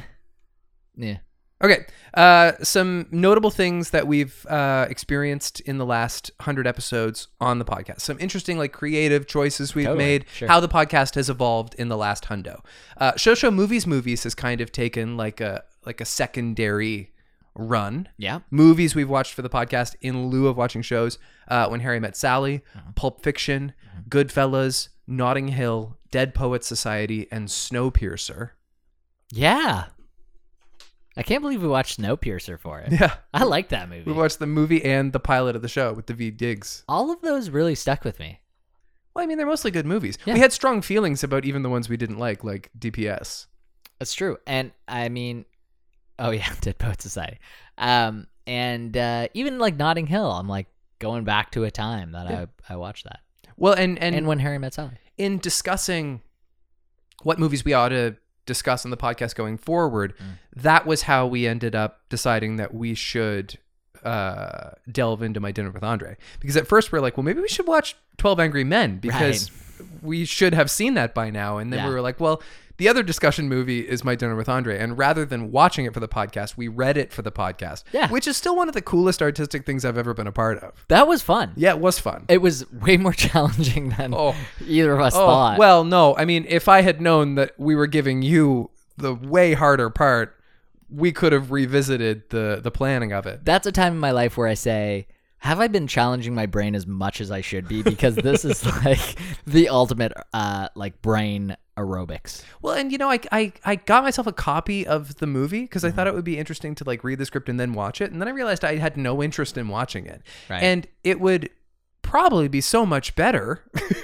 Yeah.
Okay. Uh, some notable things that we've uh, experienced in the last 100 episodes on the podcast. Some interesting, like, creative choices we've
Totally.
made,
Sure.
how the podcast has evolved in the last hundo. Uh, Shosho Movies Movies has kind of taken, like, a like a secondary run.
Yeah.
Movies we've watched for the podcast in lieu of watching shows. Uh, when Harry Met Sally,
Uh-huh.
Pulp Fiction,
Mm-hmm.
Goodfellas, Notting Hill, Dead Poets Society, and Snowpiercer.
Yeah. I can't believe we watched Snowpiercer for it.
Yeah.
I like that movie.
We watched the movie and the pilot of the show with the V Diggs.
All of those really stuck with me.
Well, I mean, they're mostly good movies.
Yeah.
We had strong feelings about even the ones we didn't like, like DPS.
That's true. And I mean, oh (laughs) yeah, Dead Poet Society. Um, and uh, even like Notting Hill, I'm like going back to a time that
Yeah.
I I watched that.
Well, and and,
And, when Harry Met Sally.
in discussing what movies we ought to discuss on the podcast going forward,
Mm.
that was how we ended up deciding that we should uh, delve into my dinner with Andre. Because at first we are like, well, maybe we should watch Twelve Angry Men because we should have seen that by now. And then we
Yeah.
were like, well. The other discussion movie is My Dinner with Andre. And rather than watching it for the podcast, we read it for the podcast,
Yeah.
which is still one of the coolest artistic things I've ever been a part of.
That was fun.
Yeah, it was fun.
It was way more (laughs) challenging than
Oh.
either of us
Oh,
thought.
Well, no. I mean, if I had known that we were giving you the way harder part, we could have revisited the the planning of it.
that's a time in my life where I say, have I been challenging my brain as much as I should be? Because this is (laughs) like the ultimate, uh, like brain aerobics.
Well, and you know, I I, I got myself a copy of the movie because
Mm-hmm.
I thought it would be interesting to like read the script and then watch it, and then I realized I had no interest in watching it,
Right.
and it would probably be so much better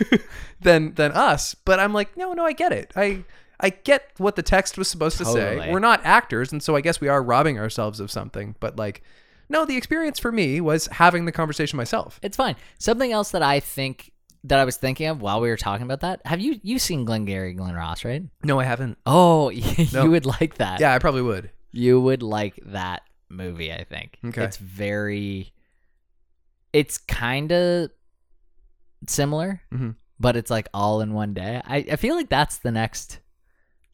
(laughs) than than us. But I'm like, no, no, I get it. I I get what the text was supposed to say.
Totally.
We're not actors, and so I guess we are robbing ourselves of something. But like, no, the experience for me was having the conversation myself.
It's fine. Something else that I think that I was thinking of while we were talking about that. Have you you seen Glengarry Glen Ross, right?
No, I haven't.
(laughs) Oh, you
No.
would like that.
Yeah, I probably would.
You would like that movie, I think.
Okay.
It's very it's kind of similar,
Mhm.
but it's like all in one day. I, I feel like that's the next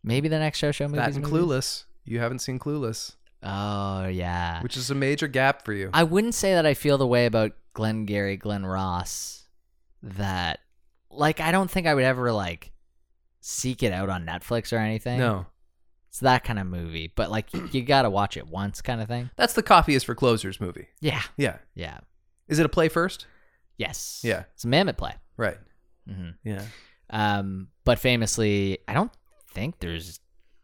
maybe the next show show movie.
that and Clueless. You haven't seen Clueless,
Oh, yeah.
which is a major gap for you.
I wouldn't say that I feel the way about Glenn Gary, Glenn Ross that like I don't think I would ever like seek it out on Netflix or anything.
No.
It's that kind of movie. But like you gotta watch it once kind of thing.
That's the coffee is for closers movie.
Yeah.
Yeah.
Yeah.
Is it a play first?
Yes.
Yeah.
It's a mammoth play.
Right.
hmm
Yeah.
Um, but famously, I don't think there's.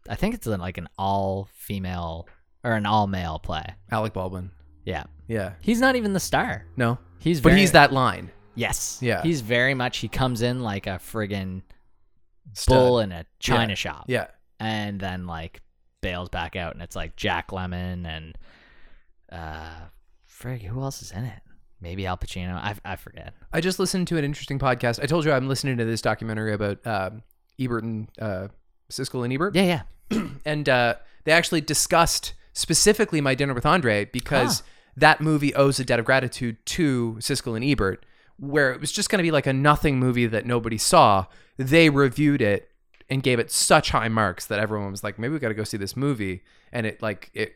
I think it's an, like an all female or an all male play.
Alec Baldwin.
Yeah.
Yeah.
He's not even the star.
No.
He's
But
very,
he's that line.
Yes.
Yeah.
He's very much. He comes in like a friggin'
Stud.
bull in a china shop.
Yeah.
And then like bails back out, and it's like Jack Lemon and uh, frig, who else is in it? Maybe Al Pacino. I I forget.
I just listened to an interesting podcast. I told you I'm listening to this documentary about um, Ebert and uh, Siskel and Ebert.
Yeah. Yeah.
and uh, they actually discussed specifically my dinner with Andre because that movie owes a debt of gratitude to Siskel and Ebert, where it was just going to be like a nothing movie that nobody saw. They reviewed it and gave it such high marks that everyone was like, maybe we got to go see this movie, and it like it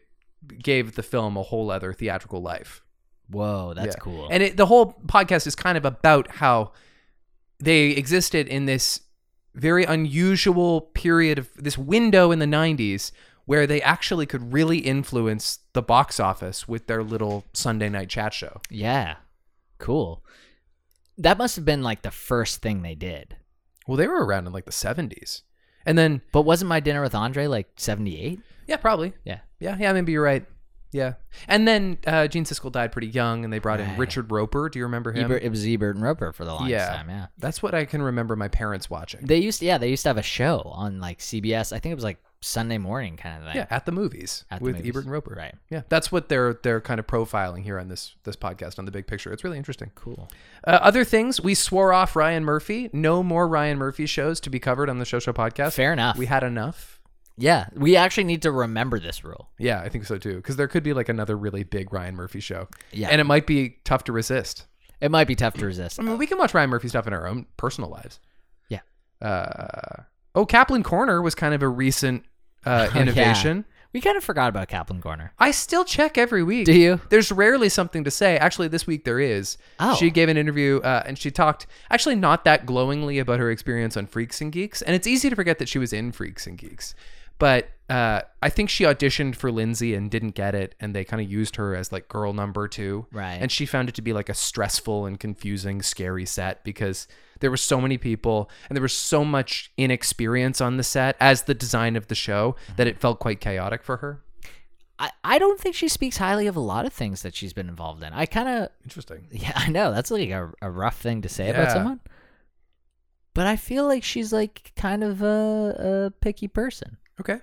gave the film a whole other theatrical life.
Whoa, that's
Yeah.
cool.
And it, the whole podcast is kind of about how they existed in this very unusual period of this window in the 90s where they actually could really influence the box office with their little Sunday night chat show.
Yeah. Cool. That must have been like the first thing they did.
Well, they were around in like the 70s. And then,
But wasn't my dinner with Andre like 78?
yeah, probably.
Yeah.
Yeah, yeah, maybe you're right. Yeah. And then uh, Gene Siskel died pretty young and they brought in
Right.
Richard Roper. Do you remember him?
Ebert, it was Ebert and Roper for the longest
Yeah.
time, yeah.
That's what I can remember my parents watching.
They used to, yeah, they used to have a show on like CBS. I think it was like Sunday morning kind of thing.
Yeah, at the movies
At the
with
movies.
Ebert and Roper.
Right.
Yeah, that's what they're they're kind of profiling here on this this podcast on the big picture. It's really interesting.
Cool.
Uh, other things we swore off Ryan Murphy. No more Ryan Murphy shows to be covered on the Show Show podcast.
Fair enough.
We had enough.
yeah, we actually need to remember this rule.
Yeah, I think so too. Because there could be like another really big Ryan Murphy show.
Yeah.
and Mm. it might be tough to resist.
It might be tough to resist.
I mean, we can watch Ryan Murphy stuff in our own personal lives.
Yeah.
Uh, oh, Kaplan Corner was kind of a recent uh,
(laughs) Oh, yeah.
innovation.
We kind of forgot about Kaplan Corner.
I still check every week.
Do you?
There's rarely something to say. Actually, this week there is.
Oh.
She gave an interview uh, and she talked actually not that glowingly about her experience on Freaks and Geeks. And it's easy to forget that she was in Freaks and Geeks. But uh, I think she auditioned for Lindsay and didn't get it. And they kind of used her as like girl number two.
Right.
And she found it to be like a stressful and confusing, scary set because there were so many people and there was so much inexperience on the set as the design of the show that it felt quite chaotic for her.
I, I don't think she speaks highly of a lot of things that she's been involved in. I kind of
Interesting.
(laughs) Yeah, I know. That's like a, a rough thing to say
Yeah.
about someone. But I feel like she's like kind of a, a picky person.
Okay.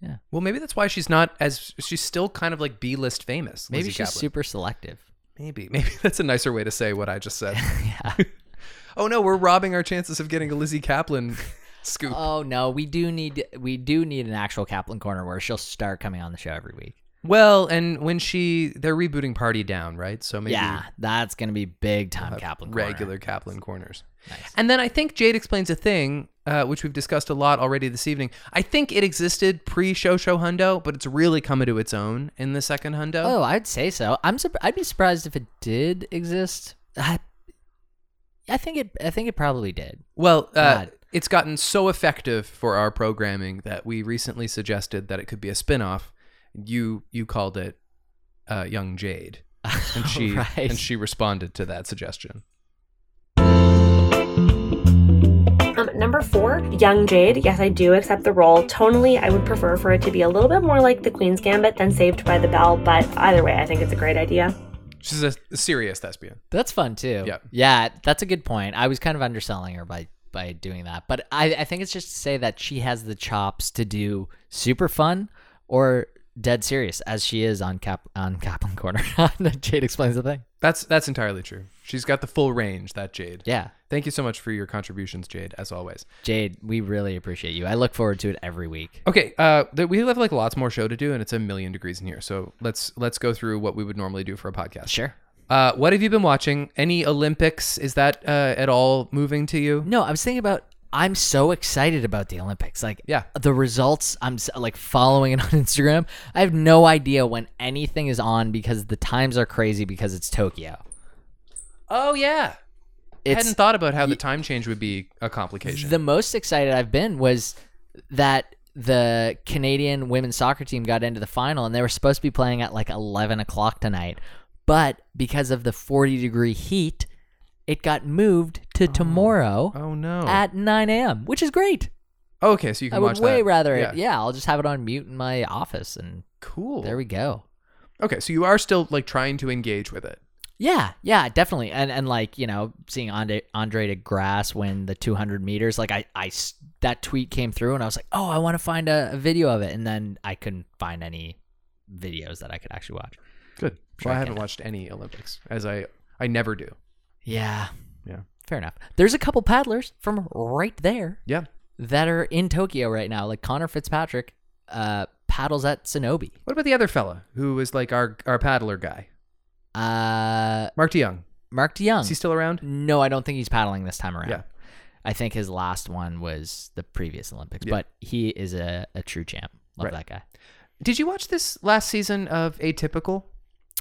Yeah.
Well, maybe that's why she's not as she's still kind of like B list famous.
Maybe
Lizzie
she's
Kaplan.
super selective. (laughs)
Maybe (laughs) maybe that's a nicer way to say what I just said.
yeah. (laughs)
oh no, we're robbing our chances of getting a Lizzie Kaplan scoop.
Oh no, we do need we do need an actual Kaplan corner where she'll start coming on the show every week.
well, and when she they're rebooting Party Down, right? So maybe Uh,
Yeah, that's gonna be big time Kaplan corner.
regular Kaplan corners.
Nice.
And then I think Jade explains a thing uh, which we've discussed a lot already this evening. I think it existed pre Show Show Hundo, but it's really come into its own in the second Hundo.
Oh, I'd say so. I'm surp- I'd be surprised if it did exist. I, I think it I think it probably did.
Well, uh,
God.
it's gotten so effective for our programming that we recently suggested that it could be a spin-off. You you called it uh, Young
(laughs)
Jade, and she
right.
and she responded to that suggestion.
Um, number four, Young Jade. Yes, I do accept the role. Tonally, I would prefer for it to be a little bit more like The Queen's Gambit than Saved by the Bell, but either way, I think it's a great idea.
She's a, a serious thespian.
That's fun too.
Yeah.
Yeah, that's a good point. I was kind of underselling her by by doing that. But I, I think it's just to say that she has the chops to do super fun or dead serious as she is on Cap on Kaplan Corner. (laughs) Jade explains the thing.
That's that's entirely true. She's got the full range. That Jade.
Yeah.
Thank you so much for your contributions, Jade, as always.
Jade, we really appreciate you. I look forward to it every week.
Okay, uh, th- we have like lots more show to do, and it's a million degrees in here. So let's let's go through what we would normally do for a podcast.
Sure.
Uh, what have you been watching? Any Olympics? Is that uh, at all moving to you?
No, I was thinking about. I'm so excited about the Olympics. Like,
Yeah.
the results. I'm s- like following it (laughs) on Instagram. I have no idea when anything is on because the times are crazy because it's Tokyo.
Oh yeah. I
It's
hadn't thought about how the time change would be a complication.
the most excited I've been was that the Canadian women's soccer team got into the final and they were supposed to be playing at like 11 o'clock tonight. But because of the 40 degree heat, it got moved to tomorrow
oh no.
at 9 a.m., which is great.
okay, so you can
Uh, I would
watch
way
that.
rather, yeah. I'll just have it on mute in my office, and
Cool.
there we go.
Okay, so you are still like trying to engage with it.
Yeah, yeah, definitely, and and like you know, seeing Andre Andre de Grasse win the 200 meters, like I I s- that tweet came through, and I was like, oh, I want to find a, a video of it, and then I couldn't find any videos that I could actually watch.
Good.
Sure
well, I
I
haven't
can.
watched any Olympics, as I I never do.
Yeah,
Yeah.
fair enough. There's a couple paddlers from right there
Yeah.
that are in Tokyo right now, like Connor Fitzpatrick, uh, paddles at Sonobe.
What about the other fella who was like our our paddler guy,
Uh,
Mark DeYoung?
Mark DeYoung.
Is he still around?
No, I don't think he's paddling this time around.
Yeah.
I think his last one was the previous Olympics,
Yeah.
but he is a, a true champ. Love
Right.
that guy.
Did you watch this last season of Atypical?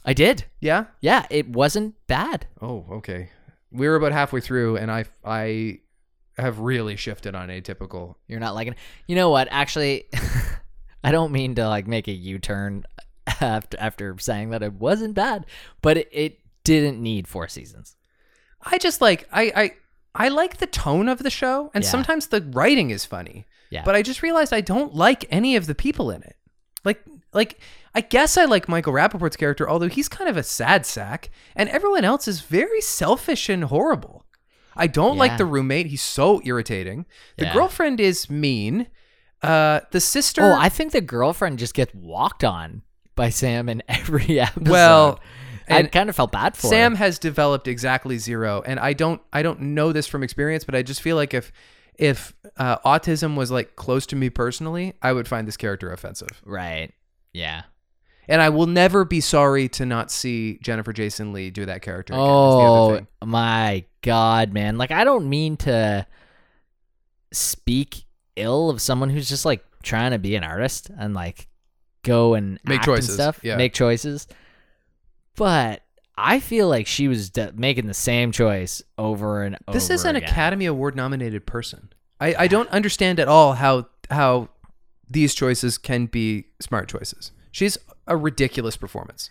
I did.
Yeah.
Yeah, it wasn't bad.
Oh, okay. We were about halfway through, and I I have really shifted on Atypical.
You're not liking. You know what? Actually, (laughs) I don't mean to like make a U-turn (laughs) after after saying that it wasn't bad, but it, it didn't need four seasons.
I just like I I I like the tone of the show, and
Yeah.
sometimes the writing is funny.
Yeah.
But I just realized I don't like any of the people in it. Like like I guess I like Michael Rappaport's character, although he's kind of a sad sack, and everyone else is very selfish and horrible. I don't
Yeah.
like the roommate; he's so irritating. The
Yeah.
girlfriend is mean. Uh, the sister.
Oh, I think the girlfriend just gets walked on by Sam in (laughs) every episode.
Well,
I
and-
kind of felt bad for her.
Sam has developed exactly zero, and I don't I don't know this from experience, but I just feel like if if uh, autism was like close to me personally, I would find this character offensive,
Right. Yeah.
and I will never be sorry to not see Jennifer Jason Lee do that character. Again. is the other
Oh
thing.
my god, man. Like I don't mean to speak ill of someone who's just like trying to be an artist and like go and
Make
act
choices,
and stuff,
yeah.
make choices. But I feel like she was de- making the same choice over and over.
this is an
again.
Academy Award nominated person. I, I don't understand at all how how these choices can be smart choices. She's a ridiculous performance.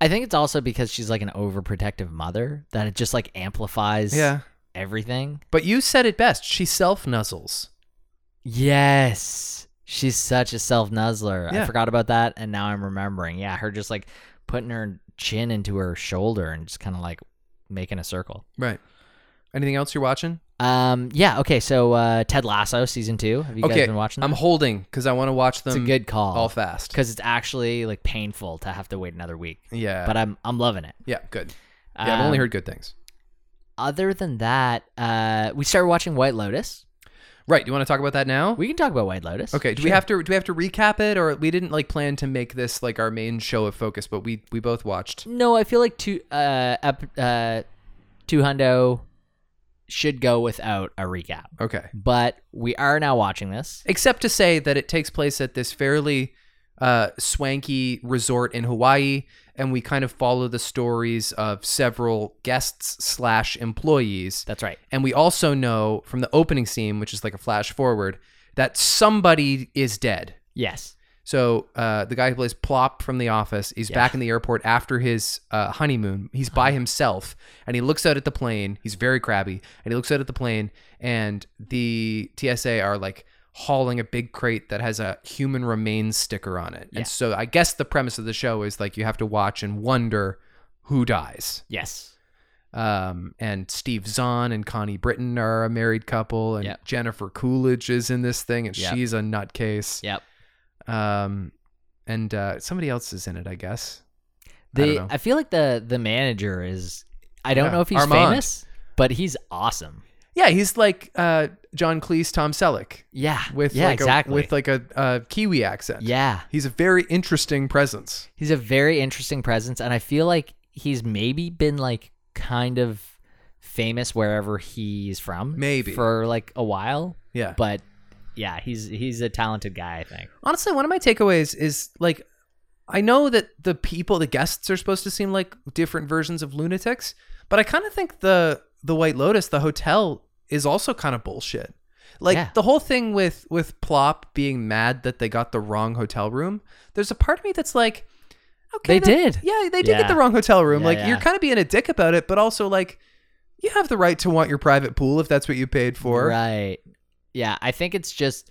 I think it's also because she's like an overprotective mother that it just like amplifies everything.
but you said it best. She self nuzzles.
Yes. She's such a self nuzzler.
Yeah.
I forgot about that and now I'm remembering. Yeah, her just like putting her chin into her shoulder and just kind of like making a circle.
Right. Anything else you're watching?
Um yeah, okay, so uh Ted Lasso season 2. Have you
okay,
guys been watching that?
I'm holding because I want to watch them.
It's a good call.
all fast.
Cuz it's actually like painful to have to wait another week.
Yeah,
But I'm I'm loving it.
yeah, good. Yeah, I've only
Um,
heard good things.
Other than that, uh we started watching White Lotus.
Right. Do you want to talk about that now?
We can talk about White Lotus.
okay. Do we have to do we have to recap it or we didn't like plan to make this like our main show of focus, but we we both watched.
No, I feel like two uh up uh two hundo should go without a recap.
Okay.
But we are now watching this.
Except to say that it takes place at this fairly uh, swanky resort in Hawaii, and we kind of follow the stories of several guests slash employees.
That's right.
And we also know from the opening scene, which is like a flash forward, that somebody is dead.
Yes.
So uh, the guy who plays Plop from The Office, he's back in the airport after his uh, honeymoon. He's
Uh-huh.
by himself, and he looks out at the plane. He's very crabby, and he looks out at the plane, and the TSA are like hauling a big crate that has a human remains sticker on it.
Yeah.
And so I guess the premise of the show is like you have to watch and wonder who dies.
Yes.
Um, and Steve Zahn and Connie Britton are a married couple, and
Yeah.
Jennifer Coolidge is in this thing, and
Yeah.
she's a nutcase.
Yep.
Um, and uh, somebody else is in it, I guess. I don't
The I,
know.
feel like the the manager is I don't
Yeah.
know if he's
Armand.
famous, but he's awesome.
Yeah, he's like uh, John Cleese, Tom Selleck,
Yeah.
with
yeah,
like
exactly.
a, with like a, a Kiwi accent.
yeah.
he's a very interesting presence.
He's a very interesting presence, and I feel like he's maybe been like kind of famous wherever he's from,
Maybe.
for like a while.
Yeah.
But yeah, he's he's a talented guy. I think.
Honestly, one of my takeaways is like, I know that the people, the guests, are supposed to seem like different versions of lunatics, but I kind of think the the White Lotus, the hotel, is also kind of bullshit. Like
Yeah.
the whole thing with with Plop being mad that they got the wrong hotel room. There's a part of me that's like, okay,
They
that-
did.
yeah, they did
Yeah.
get the wrong hotel room.
Yeah,
like
yeah.
you're kind of being a dick about it, but also like. You have the right to want your private pool if that's what you paid for.
Right. Yeah, I think it's just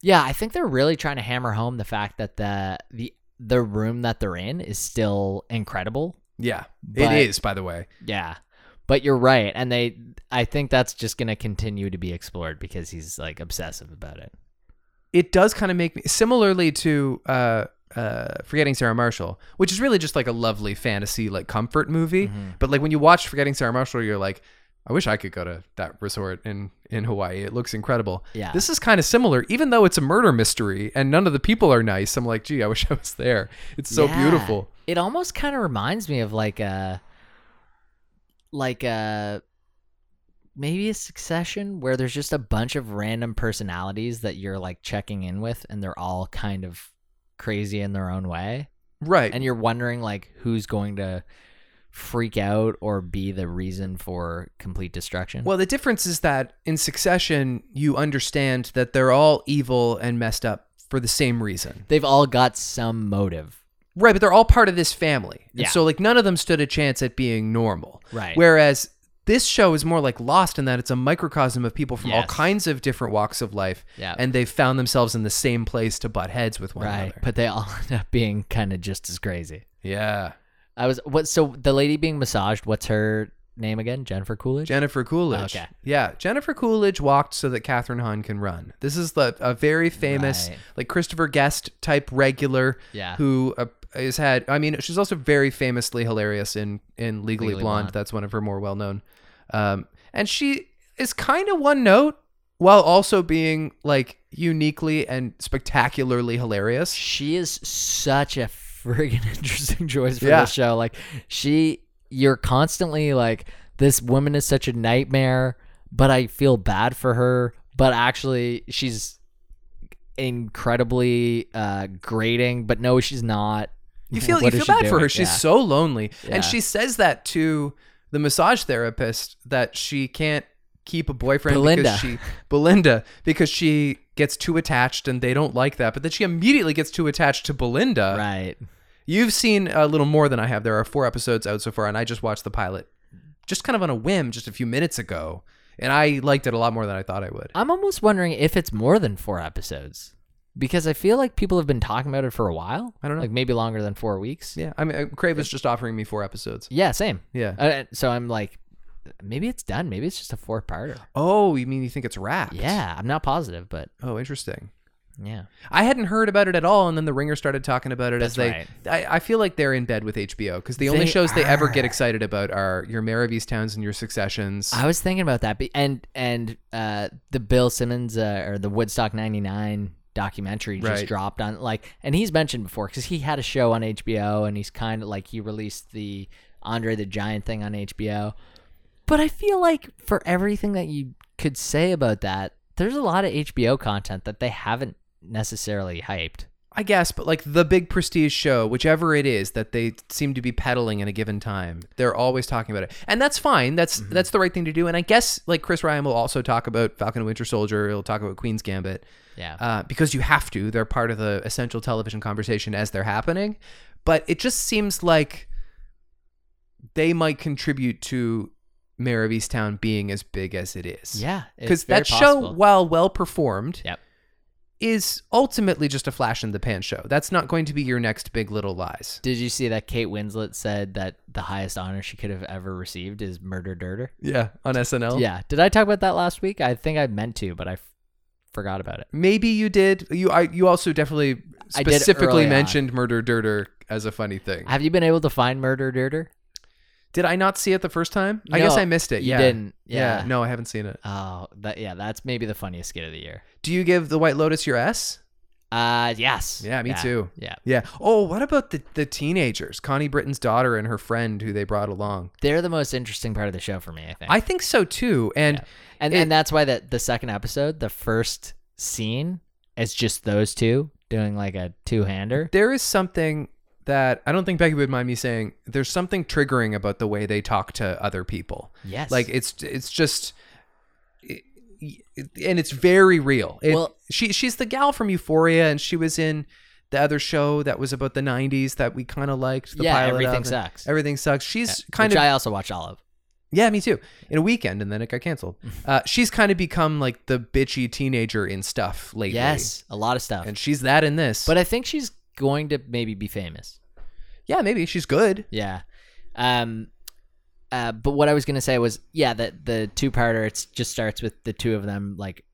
yeah, I think they're really trying to hammer home the fact that the the the room that they're in is still incredible.
Yeah,
But-
it is. By the way,
Yeah. But you're right, and they I think that's just going to continue to be explored because he's like obsessive about it.
it does kind of make me similarly to uh, uh, Forgetting Sarah Marshall, which is really just like a lovely fantasy like comfort
Mm-hmm.
movie. But like when you watch Forgetting Sarah Marshall, you're like, I wish I could go to that resort in in Hawaii. It looks incredible.
Yeah.
this is kind of similar, even though it's a murder mystery and none of the people are nice. I'm like, gee, I wish I was there. It's so
Yeah.
beautiful.
It almost kind of reminds me of like a like a maybe a succession where there's just a bunch of random personalities that you're like checking in with and they're all kind of crazy in their own way
Right.
and you're wondering like who's going to freak out or be the reason for complete destruction.
Well, the difference is that in Succession, you understand that they're all evil and messed up for the same reason.
they've all got some motive.
Right, but they're all part of this family. And
Yeah.
so like none of them stood a chance at being normal.
Right.
Whereas this show is more like Lost in that it's a microcosm of people from all
Yes.
kinds of different walks of life.
Yeah.
And they've found themselves in the same place to butt heads with one
Right.
another.
But they all (laughs) end up being kind of just as crazy.
Yeah.
I was what? So the lady being massaged. What's her name again? Jennifer Coolidge.
Jennifer Coolidge.
Okay.
Yeah. Jennifer Coolidge walked so that Catherine Hahn can run. This is the, a very famous,
Right.
like Christopher Guest type regular
Yeah.
who uh, has had, I mean, she's also very famously hilarious in, in Legally,
Legally
Blonde.
Blonde.
That's one of her more well known. Um, and she is kind of one note while also being like uniquely and spectacularly
(laughs)
hilarious.
she is such a friggin' (laughs) interesting choice for
Yeah.
this show. Like she, you're constantly like, this woman is such a nightmare, but I feel bad for her. But actually, she's incredibly uh, grating. But no, she's not.
You feel
What
you
is
feel bad
she
for her.
doing?
She's
Yeah.
so lonely,
Yeah.
and she says that to the massage therapist that she can't keep a boyfriend
Belinda.
because she Belinda because she gets too attached and they don't like that. But then she immediately gets too attached to Belinda.
right.
You've seen a little more than I have. There are four episodes out so far, and I just watched the pilot just kind of on a whim just a few minutes ago, and I liked it a lot more than I thought I would.
I'm almost wondering if it's more than four episodes because I feel like people have been talking about it for a while.
I don't know.
Like maybe longer than four weeks.
Yeah, I mean, uh, Crave is just offering me four episodes.
Yeah, same.
Yeah.
Uh, so I'm like, maybe it's done. Maybe it's just a four parter.
Oh, you mean you think it's wrapped?
Yeah, I'm not positive, but
Oh, interesting.
Yeah.
I hadn't heard about it at all, and then the Ringer started talking about it as they.
That's
I, I feel like they're in bed with HBO because the only
They
shows they ever
are.
get excited about are your Mare Towns and your Successions.
I was thinking about that, be- and and uh, the Bill Simmons uh, or the Woodstock '99 documentary just
Right.
dropped on like, and he's mentioned before because he had a show on HBO, and he's kind of like he released the Andre the Giant thing on HBO. But I feel like for everything that you could say about that, there's a lot of HBO content that they haven't necessarily hyped.
I guess, but like the big prestige show, whichever it is that they seem to be peddling in a given time, they're always talking about it, and that's fine. That's that's the right thing to do. And I guess like Chris Ryan will also talk about Falcon and Winter Soldier. He'll talk about Queen's Gambit
Yeah.
uh, because you have to. They're part of the essential television conversation as they're happening. But it just seems like they might contribute to Mayor of Easttown being as big as it is.
yeah. it's
because
very
that show,
possible.
while well performed,
Yep.
is ultimately just a flash in the pan show. That's not going to be your next Big Little Lies.
Did you see that Kate Winslet said that the highest honor she could have ever received is murder dirter?
Yeah, on SNL.
Yeah. Did I talk about that last week? I think I meant to, but I f- forgot about it.
maybe you did. You I, you also definitely
I did early
specifically
on.
mentioned Murder Dirter as a funny thing.
Have you been able to find Murder Dirter?
did I not see it the first time? I guess
No,
I missed it.
you
Uh, yeah,
didn't. Yeah.
no, I haven't seen it.
Oh, that yeah, that's maybe the funniest skit of the year.
Do you give the White Lotus your S?
Uh, yes.
Yeah, me too.
Yeah.
Yeah. Oh, what about the the teenagers? Connie Britton's daughter and her friend who they brought along.
They're the most interesting part of the show for me, I think.
I think so too. And
Yeah. and
it-
and that's why that the second episode, the first scene is just those two doing like a two-hander.
there is something that I don't think Becky would mind me saying. There's something triggering about the way they talk to other people.
Yes.
Like it's it's just, it, it- and it's very real. It-
Well-
she she's the gal from Euphoria, and she was in the other show that was about the '90s that we kind of liked. The
Yeah,
pilot
Everything
of, and
Sucks.
Everything sucks. She's kind
which
of
I also watched all of.
yeah, me too. In a weekend, and then it got
(laughs)
canceled. Uh, she's kind of become like the bitchy teenager in stuff lately.
Yes, a lot of stuff.
and she's that in this.
but I think she's going to maybe be famous.
yeah, maybe she's good.
Yeah. Um uh but what I was going to say was yeah, that the two-parter it just starts with the two of them like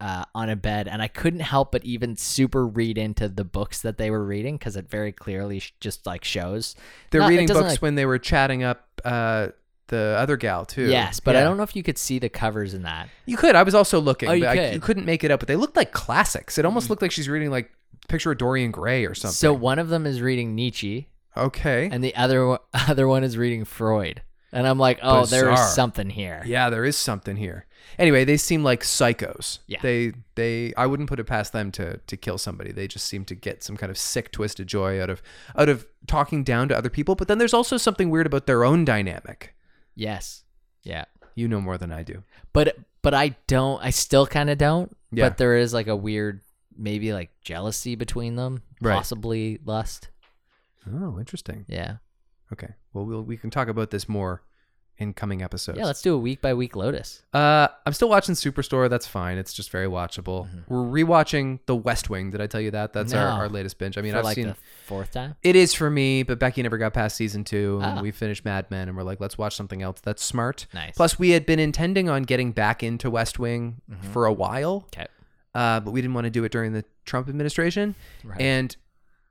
uh on a bed and I couldn't help but even super read into the books that they were reading cuz it very clearly sh- just like shows.
They're
Not- it
reading
doesn't,
books
like-
when they were chatting up uh, the other gal too.
Yes, but I
Yeah.
don't know if you could see the covers in that.
You could. I was also looking.
Oh, you
but I,
could. Mm.
you couldn't make it up, but they looked like classics. It almost looked like she's reading like picture of Dorian Gray or something.
So one of them is reading Nietzsche
okay.
and the other one- (laughs) other one is reading Freud. And I'm like, "Oh, there
Bizarre.
is something here."
yeah, there is something here. Anyway, they seem like psychos.
Yeah.
They they I wouldn't put it past them to to kill somebody. They just seem to get some kind of sick twisted joy out of out of talking down to other people. But then there's also something weird about their own dynamic.
Yes. Yeah.
You know more than I do.
but but I don't. I still kind of don't.
Yeah.
But there is like a weird, maybe like jealousy between them,
Right.
possibly lust.
Oh, interesting.
Yeah,
Okay. Well, we'll we can talk about this more in coming episodes.
yeah. Let's do a week by week Lotus.
uh, I'm still watching Superstore. That's fine. It's just very watchable. We're rewatching The West Wing. Did I tell you that? That's our,
Mm-hmm. No.
our latest binge. I mean,
for
I've
like
seen
the fourth time.
it is for me, but Becky never got past season two, and
Ah.
we finished Mad Men, and we're like, let's watch something else. That's smart.
Nice.
Plus, we had been intending on getting back into West Wing for a while,
Mm-hmm. Okay.
uh, but we didn't want to do it during the Trump administration.
Right.
And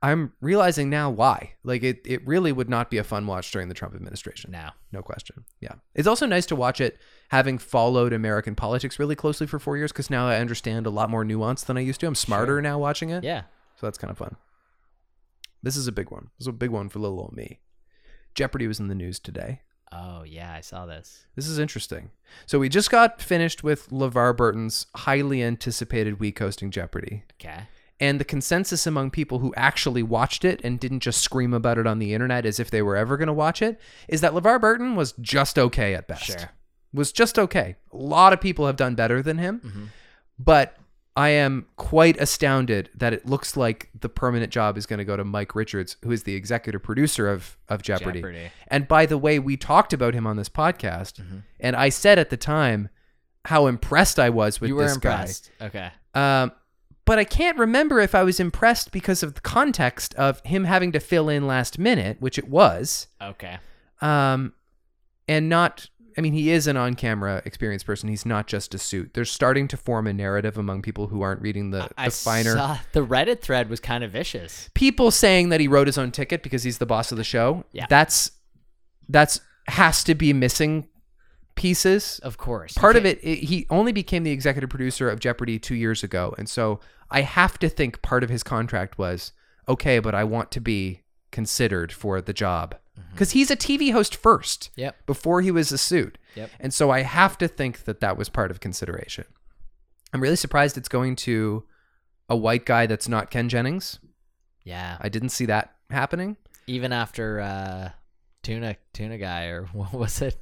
I'm realizing now why. Like, it, it really would not be a fun watch during the Trump administration.
now.
No question. Yeah. It's also nice to watch it having followed American politics really closely for four years because now I understand a lot more nuance than I used to. I'm smarter now watching it.
Yeah.
So that's kind of fun. This is a big one. This is a big one for little old me. Jeopardy was in the news today.
Oh yeah, I saw this.
This is interesting. So we just got finished with LeVar Burton's highly anticipated week hosting Jeopardy.
Okay.
And the consensus among people who actually watched it and didn't just scream about it on the internet as if they were ever going to watch it is that LeVar Burton was just okay at best.
Sure.
Was just okay. A lot of people have done better than him, but I am quite astounded that it looks like the permanent job is going to go to Mike Richards, who is the executive producer of, of Jeopardy.
Jeopardy.
And by the way, we talked about him on this podcast,
Mm-hmm.
and I said at the time how impressed I was with
you were
this guy.
impressed. Okay.
Um, but I can't remember if I was impressed because of the context of him having to fill in last minute, which it was,
Okay.
um, and not I mean, he is an on camera experienced person. He's not just a suit. They're starting to form a narrative among people who aren't reading the, the
I
finer.
saw (laughs) the Reddit thread was kind of vicious.
People saying that he wrote his own ticket because he's the boss of the show.
Yeah.
That's that's has to be missing pieces.
Of course,
Part of it, it, he only became the executive producer of Jeopardy two years ago. And so I have to think part of his contract was okay, but I want to be considered for the job.
Mm-hmm.
Because he's a TV host first
Yep.
before he was a suit.
Yep.
And so I have to think that that was part of consideration. I'm really surprised it's going to a white guy that's not Ken Jennings.
Yeah.
I didn't see that happening.
Even after uh, tuna tuna guy or (laughs) what was it?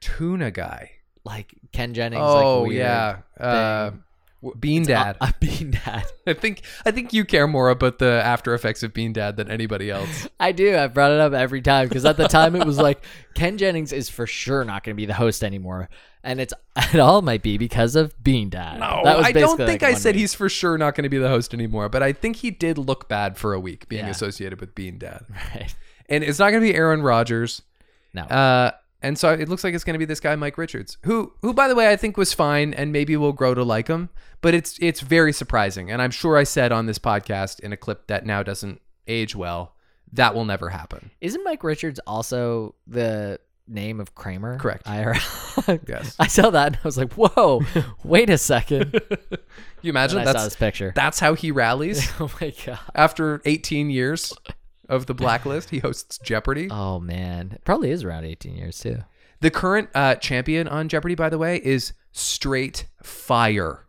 Tuna guy.
Like Ken Jennings.
Oh
like, weird
yeah. Uh,
thing.
w- Bean Dad.
Uh, (laughs) bean dad.
(laughs) I think I think you care more about the after effects of Bean Dad than anybody (laughs) else.
I do. I brought it up every time because at the time it
(laughs)
was like Ken Jennings is for sure not going to be the host anymore, and it's (laughs) it all might be because of Bean Dad.
No,
that was
Oh, I don't
basically,
think
like,
I
one
said
week.
he's for sure not going to be the host anymore, but I think he did look bad for a week being
Yeah.
associated with Bean (laughs) Dad.
right.
And it's not going to be Aaron Rodgers.
No,
Uh, and so it looks like it's going to be this guy Mike Richards, who who by the way I think was fine, and maybe we'll grow to like him. But it's it's very surprising, and I'm sure I said on this podcast in a clip that now doesn't age well that will never happen.
isn't Mike Richards also the name of Kramer?
Correct.
IRL. (laughs)
Yes.
I saw that and I was like,
(laughs)
"Whoa, wait a second.
You
And
imagine
I saw
that's
this picture.
that's how he rallies
(laughs) oh my god.
after 18 years of the blacklist. He hosts Jeopardy.
Oh man, it probably is around 18 years too.
The current uh, champion on Jeopardy, by the way, is straight fire.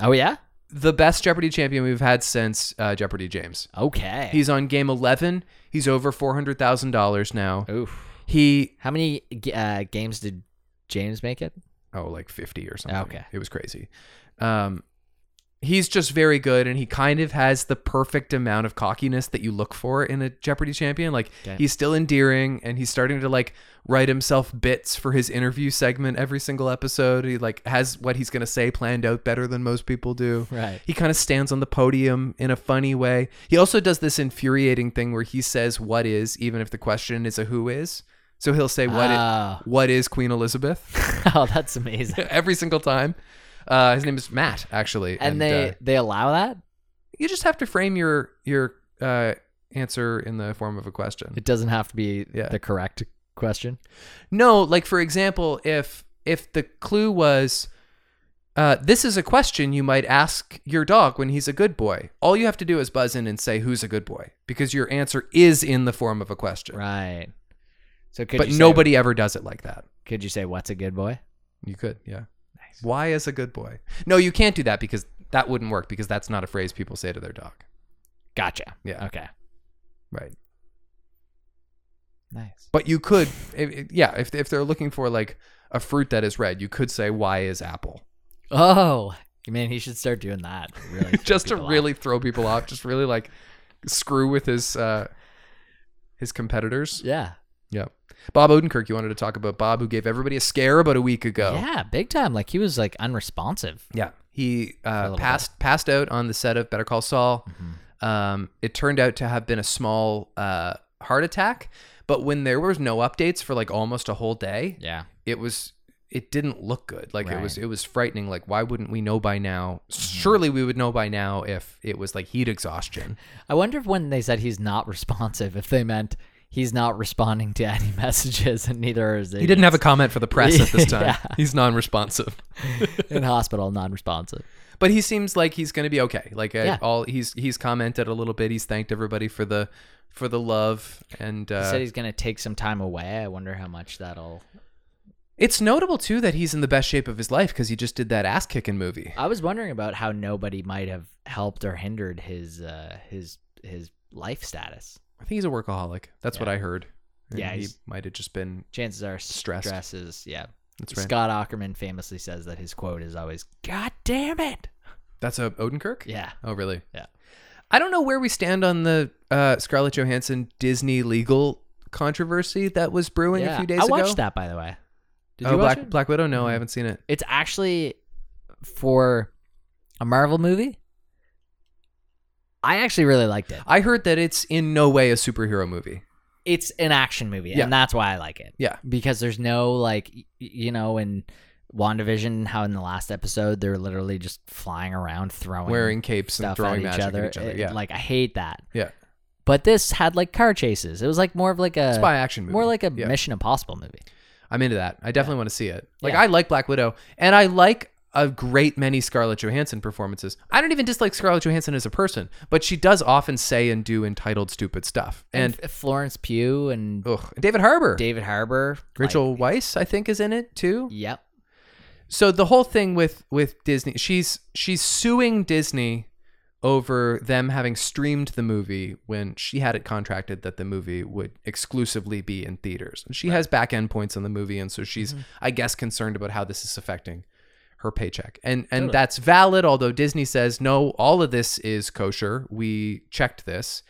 Oh yeah.
The best Jeopardy champion we've had since uh, Jeopardy James.
Okay.
He's on game 11. He's over $400,000 now.
Oof.
He,
How many uh, games did James make it?
oh, like 50 or something.
Okay.
It was crazy. Um, he's just very good and he kind of has the perfect amount of cockiness that you look for in a Jeopardy champion. Like,
Okay.
he's still endearing and he's starting to like write himself bits for his interview segment every single episode. He like has what he's going to say planned out better than most people do.
Right.
He kind of stands on the podium in a funny way. He also does this infuriating thing where he says what is, even if the question is a who is. So he'll say what i-
Oh.
what is Queen Elizabeth
(laughs) oh, that's amazing.
(laughs) every single time. Uh, his name is Matt, actually,
And, they
uh,
they allow that?
you just have to frame your your uh, answer in the form of a question.
It doesn't have to be
Yeah.
the correct question.
No, like for example, if if the clue was uh, this is a question you might ask your dog when he's a good boy. All you have to do is buzz in and say who's a good boy because your answer is in the form of a question.
Right. So could
But
you say-
nobody ever does it like that.
could you say what's a good boy?
You could, yeah. Why is a good boy? No, you can't do that because that wouldn't work because that's not a phrase people say to their dog.
Gotcha.
Yeah.
Okay.
Right.
Nice.
But you could, if, if- yeah, if, if they're looking for like a fruit that is red, you could say, why is
(laughs)
apple?
Oh, man, he should start doing that. Really
(laughs) just to
people off.
really throw people off, just really like screw with his uh his competitors.
Yeah.
Yeah. Bob Odenkirk, you wanted to talk about Bob who gave everybody a scare about a week ago.
Yeah, big time. Like he was like unresponsive.
Yeah. He
a
uh,
little
passed passed out on the set of Better Call Saul.
Mm-hmm.
Um, it turned out to have been a small uh, heart attack, but when there was no updates for like almost a whole day,
Yeah.
it was it didn't look good like it was
Right. Mm-hmm.
it was frightening like why wouldn't we know by now surely we would know by now if it was like heat exhaustion
I wonder if when they said he's not (laughs) responsive, if they meant he's not responding to any (laughs) messages and neither is
He didn't have a comment for the press at
(laughs)
this time.
Yeah.
He's non-responsive, (laughs)
in hospital non-responsive.
but he seems like he's going to be okay. Like uh,
Yeah.
all he's he's commented a little bit. He's thanked everybody for the for the love and
He
uh,
said he's gonna take some time away. I wonder how much that'll.
it's notable too that he's in the best shape of his life because he just did that ass kicking movie.
I was wondering about how nobody might have helped or hindered his uh, his his life status.
I think he's a workaholic. That's what I heard. And
Yeah,
he
he's-
might have just been.
Chances are
Stressed.
stress is yeah.
That's right.
Scott Ackerman famously says that his quote is always "God damn it."
That's a Odenkirk.
Yeah.
Oh really?
Yeah.
I don't know where we stand on the uh, Scarlett Johansson Disney legal controversy that was brewing
yeah.
a few days
I
ago.
watched that by the way. Did
oh,
you watch
Black
it? Mm-hmm.
Black Widow? No, I haven't seen it.
It's actually for a Marvel movie. I actually really liked it.
I heard that it's in no way a superhero movie.
it's an action movie,
Yeah.
and that's why I like it.
Yeah.
because there's no like y- you know in Wandavision how in the last episode they're literally just flying around throwing
wearing capes and
stuff
throwing
at
magic
each other.
at each other.
It-
yeah,
like I hate that.
yeah.
But this had like car chases. It was like more of like a
Spy action movie.
more like a
Yeah.
Mission Impossible movie.
I'm into that. I definitely want to see it. Like
Yeah.
I like Black Widow, and I like a great many Scarlett Johansson performances. I don't even dislike Scarlett Johansson as a person, but she does often say and do entitled, stupid stuff. And
F- Florence Pugh and
ugh, David Harbour,
David Harbour,
Rachel Weisz, I think, is in it too.
Yep.
so the whole thing with with Disney, she's she's suing Disney over them having streamed the movie when she had it contracted that the movie would exclusively be in theaters. And she has back end points on the movie and so she's I guess concerned about how this is affecting her paycheck. And and that's valid although Disney says no, all of this is kosher. We checked this.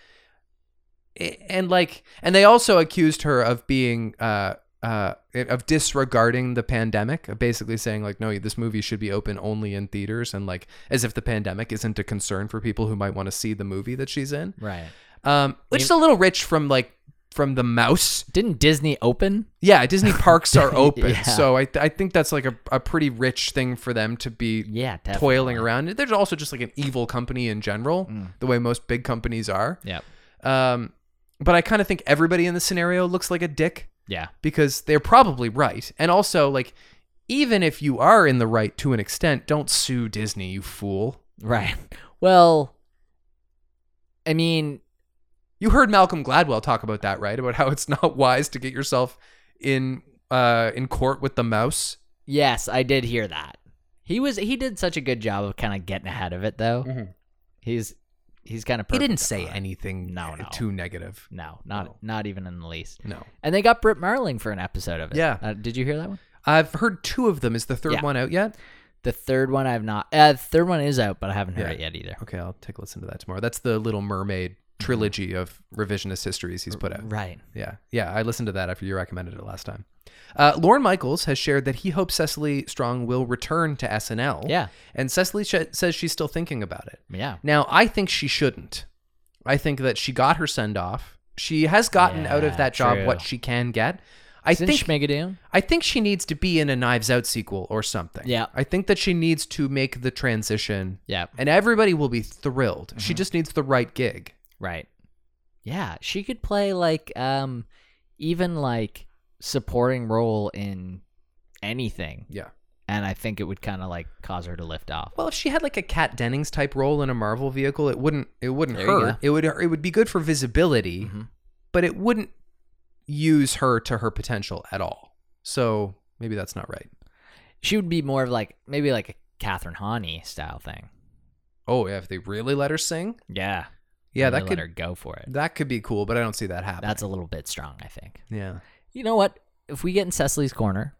I- eh, And like and they also accused her of being uh uh, of disregarding the pandemic, of basically saying like, no, this movie should be open only in theaters, and like as if the pandemic isn't a concern for people who might want to see the movie that she's in,
Right.
um, which is a little rich from like from the mouse.
Didn't Disney open?
(laughs) Yeah, Disney parks are open,
Yeah.
so I I think that's like a, a pretty rich thing for them to be
Yeah, definitely.
toiling around. There's also just like an evil company in general, the way most big companies are.
Mm. Yep.
Um, but I kind of think everybody in this scenario looks like a dick
Yeah.
because they're probably right. And also, like, even if you are in the right to an extent, don't sue Disney, you fool.
Right. (laughs) Well, I mean,
You heard Malcolm Gladwell talk about that, right? About how it's (laughs) not wise to get yourself in uh, in court with the mouse.
yes, I did hear that. He was he did such a good job of kind of getting ahead of it though.
Mhm.
He's he's kind of
He didn't say anything
No, no.
too negative.
No, not
No.
not even in the least.
No,
And they got Britt Marling for an episode of it.
Yeah.
Uh, did you hear that one?
I've heard two of them. Is the third
Yeah.
one out yet?
The third one I've not. Uh, the third one is out, but I haven't heard
Yeah.
it yet either.
Okay, I'll take a listen to that tomorrow. That's the Little Mermaid
Mm-hmm.
trilogy of revisionist histories he's put out.
Right.
Yeah, yeah, I listened to that after you recommended it last time. Uh, Lauren Michaels has shared that he hopes Cecily Strong will return to SNL.
Yeah.
and Cecily sh- says she's still thinking about it.
Yeah.
Now, I think she shouldn't. I think that she got her send off. She has gotten out of
Yeah,
that job
true.
what she can get. I
Isn't
think
Schmigadoon?
I think she needs to be in a Knives Out sequel or something.
Yeah.
I think that she needs to make the transition,
Yeah.
and everybody will be thrilled. She
Mm-hmm.
just needs the right gig.
Right. Yeah, she could play like um even like supporting role in anything
Yeah.
and I think it would kind of like cause her to lift off.
Well, if she had like a Kat Dennings type role in a Marvel vehicle, it wouldn't it wouldn't
There you
hurt.
go.
It would it would be good for visibility,
Mhm.
but it wouldn't use her to her potential at all. So maybe that's not right.
She would be more of like maybe like a Catherine Hani style thing.
Oh yeah, if they really let her sing,
Yeah.
yeah,
Really
that
let
could
her go for it.
that could be cool. But I don't see that happening.
That's a little bit strong, I think.
yeah.
You know what? If we get in Cecily's corner,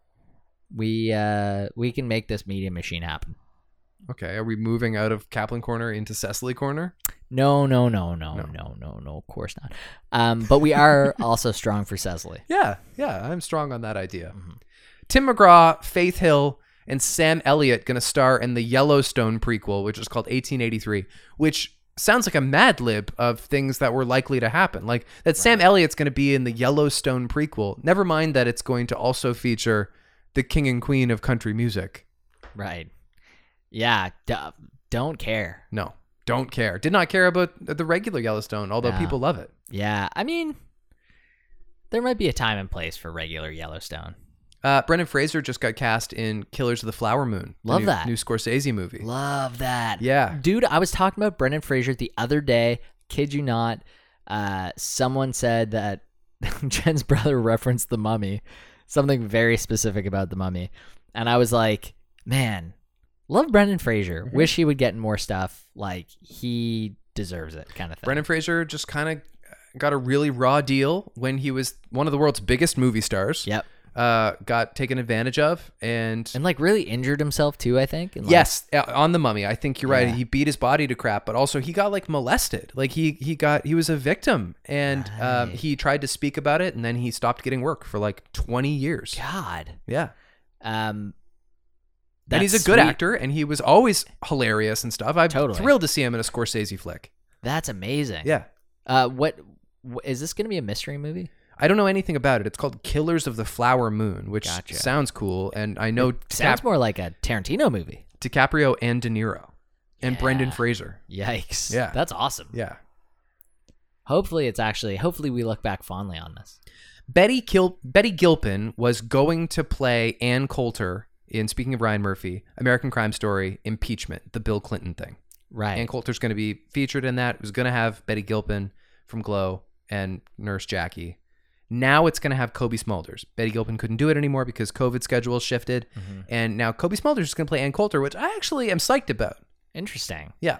we uh we can make this media machine happen.
Okay, are we moving out of Kaplan Corner into Cecily Corner?
No, no, no, no,
No.
no, no, no, of course not. Um, but we are
(laughs)
also strong for Cecily.
Yeah, yeah, I'm strong on that idea.
Mhm.
Tim McGraw, Faith Hill, and Sam Elliott going to star in the Yellowstone prequel, which is called 1883, which sounds like a mad lib of things that were likely to happen. Like that Sam Elliott's going to be in the Yellowstone prequel. Never mind that it's going to also feature the king and queen of country music.
Right. Yeah. D- don't care.
No, don't care. Did not care about the regular Yellowstone, although
Yeah.
people love it.
Yeah. I mean, there might be a time and place for regular Yellowstone.
Uh, Brendan Fraser just got cast in Killers of the Flower Moon. the
Love
new-
that.
new Scorsese movie.
Love that.
Yeah.
Dude, I was talking about Brendan Fraser the other day. Kid you not. Uh, someone said that (laughs) Jen's brother referenced the mummy, something very specific about the mummy. And I was like, man, love Brendan Fraser.
Mm-hmm.
Wish he would get in more stuff. Like, he deserves it, kind of thing.
Brendan Fraser just kind of got a really raw deal when he was one of the world's biggest movie stars.
Yep.
Uh, got taken advantage of, and,
And like really injured himself too, I think. And, like,
yes, uh, on the Mummy, I think you're right.
Yeah.
He beat his body to crap, but also he got like molested. Like he he got he was a victim, and um,
Right.
he tried to speak about it, and then he stopped getting work for like 20 years.
God.
Yeah,
Um,
and he's a
that's
good
sweet.
actor, and he was always hilarious and stuff. I'm
Totally.
thrilled to see him in a Scorsese flick.
That's amazing.
Yeah.
Uh, what wh- is this going to be a mystery movie?
I don't know anything about it. It's called Killers of the Flower Moon, which
Gotcha.
sounds cool. And I know
Sounds
Dicap-
more like a Tarantino movie.
DiCaprio and De Niro and Brendan Fraser.
Yikes.
Yeah.
That's awesome.
Yeah.
Hopefully it's actually hopefully we look back fondly on this.
Betty Kil- Betty Gilpin was going to play Ann Coulter in speaking of Ryan Murphy, American Crime Story, impeachment, the Bill Clinton thing.
Right.
Ann Coulter's going to be featured in that. It was going to have Betty Gilpin from Glow and Nurse Jackie. Now it's going to have Kobe Smulders. Betty Gilpin couldn't do it anymore because COVID schedule shifted,
Mm-hmm.
and now Kobe Smulders is going to play Ann Coulter, which I actually am psyched about.
Interesting.
Yeah,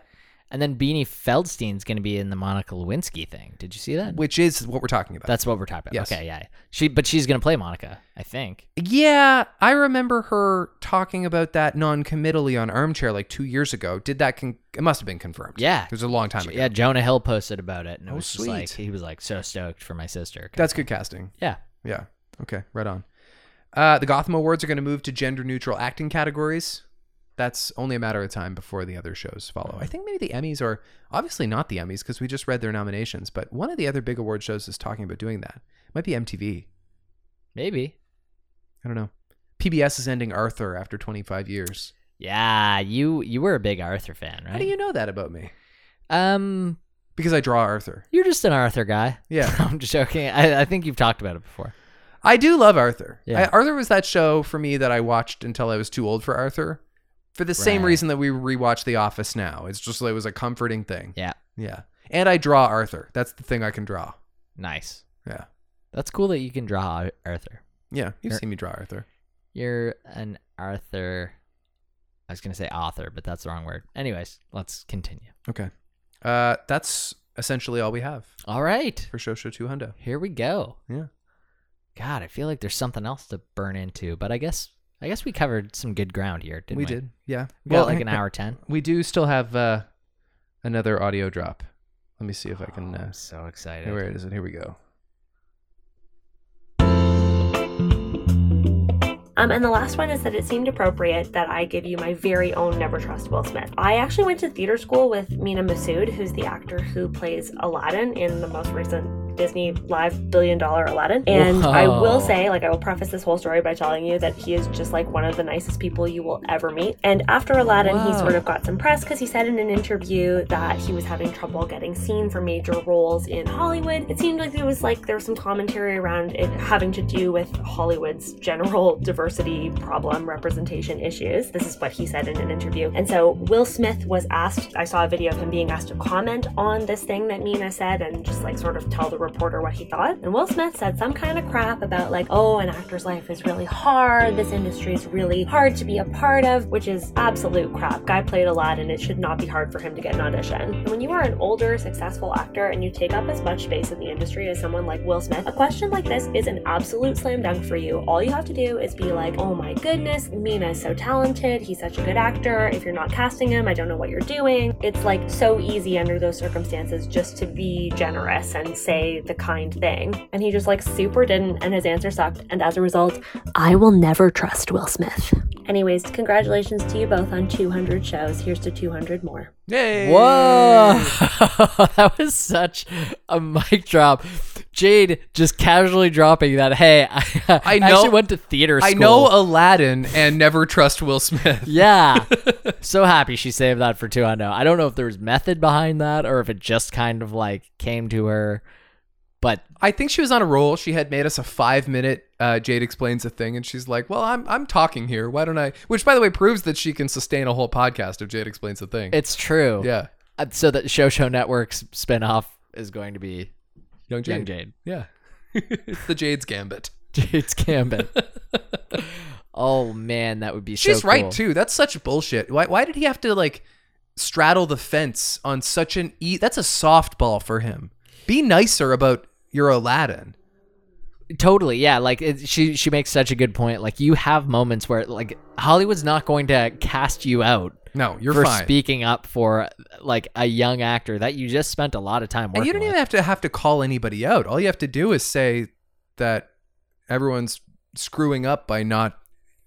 And then Beanie Feldstein's going to be in the Monica Lewinsky thing. Did you see that?
which is what we're talking about.
That's what we're talking about.
Yes.
Okay, yeah. She but she's going to play Monica, I think.
Yeah, I remember her talking about that non-committally on Armchair like two years ago. Did that? Con- it must have been confirmed.
Yeah.
it was a long time ago.
Yeah, Jonah Hill posted about it and it
Oh,
was just like
sweet.
he was like so stoked for my sister.
that's good casting.
yeah.
Yeah. Okay. Right on. Uh, the Gotham Awards are going to move to gender-neutral acting categories. That's only a matter of time before the other shows follow. I think maybe the Emmys are obviously not the Emmys because we just read their nominations, but one of the other big award shows is talking about doing that. It might be MTV.
Maybe.
I don't know. PBS is ending Arthur after 25 years.
Yeah, you you were a big Arthur fan, right?
How do you know that about me?
um
Because I draw Arthur.
you're just an Arthur guy.
Yeah.
(laughs) I'm just joking. I, I think you've talked about it before.
I do love Arthur.
Yeah.
I, Arthur was that show for me that I watched until I was too old for Arthur. For the same
Right.
reason that we rewatch The Office now. It's just it was a comforting thing.
Yeah.
Yeah. And I draw Arthur. That's the thing I can draw.
Nice.
Yeah.
That's cool that you can draw Ar- Arthur.
Yeah. You've
Er-
seen me draw Arthur.
You're an Arthur. I was going to say author, but that's the wrong word. Anyways, let's continue.
Okay. Uh, that's essentially all we have
All right.
for Show Show 2 Hundo.
Here we go.
Yeah.
God, I feel like there's something else to burn into, but I guess I guess we covered some good ground here, didn't we?
we did. Yeah.
We
(laughs)
got like an hour 10.
We do still have uh, another audio drop. Let me see if I can.
Oh,
Uh,
I'm so excited.
where is it? Here we go.
Um, and the last one is that it seemed appropriate that I give you my very own Never Trust Will Smith. I actually went to theater school with Mina Masood, who's the actor who plays Aladdin in the most recent Disney live billion dollar Aladdin. And I
Whoa.
will say, like, I will preface this whole story by telling you that he is just like one of the nicest people you will ever meet. And after Aladdin, he
Whoa.
sort of got some press because he said in an interview that he was having trouble getting seen for major roles in Hollywood. It seemed like there was like there was some commentary around it having to do with Hollywood's general diversity problem representation issues. This is what he said in an interview. And so Will Smith was asked, I saw a video of him being asked to comment on this thing that Mina said and just like sort of tell the reporter what he thought. And Will Smith said some kind of crap about like, oh, an actor's life is really hard. This industry is really hard to be a part of, which is absolute crap. Guy played a lot and it should not be hard for him to get an audition. And when you are an older, successful actor and you take up as much space in the industry as someone like Will Smith, a question like this is an absolute slam dunk for you. All you have to do is be like, oh my goodness, Mina is so talented. He's such a good actor. If you're not casting him, I don't know what you're doing. It's like so easy under those circumstances just to be generous and say the kind thing. And he just like super didn't, and his answer sucked. And as a result, I will never trust Will Smith. Anyways, congratulations to you both on 200 shows. Here's to 200 more.
Yay!
Whoa! (laughs) that was such a mic drop. Jade just casually dropping that. Hey, (laughs) I, I
know-
actually went to theater school.
I know Aladdin and never trust Will (laughs) Smith.
Yeah. so happy she saved that for 200. I don't know if there was method behind that or if it just kind of like came to her. But
I think she was on a roll. She had made us a five minute uh, Jade explains a thing, and she's like, "Well, I'm I'm talking here. Why don't I?" Which, by the way, proves that she can sustain a whole podcast if Jade explains a thing.
it's true.
yeah,
Uh, So that Show Show Network's spinoff is going to be
young Jade.
Young Jade.
Yeah, it's the Jade's gambit.
(laughs)
(laughs)
Jade's Gambit. oh man, that would be so
She's right
cool.
too. That's such bullshit. Why Why did he have to like straddle the fence on such an e? That's a softball for him. Be nicer about your Aladdin.
Totally, yeah. Like it, she, she makes such a good point. Like you have moments where, like, Hollywood's not going to cast you out
No, you're
for
fine.
speaking up for like a young actor that you just spent a lot of time working.
And you don't
with.
even have to have to call anybody out. All you have to do is say that everyone's screwing up by not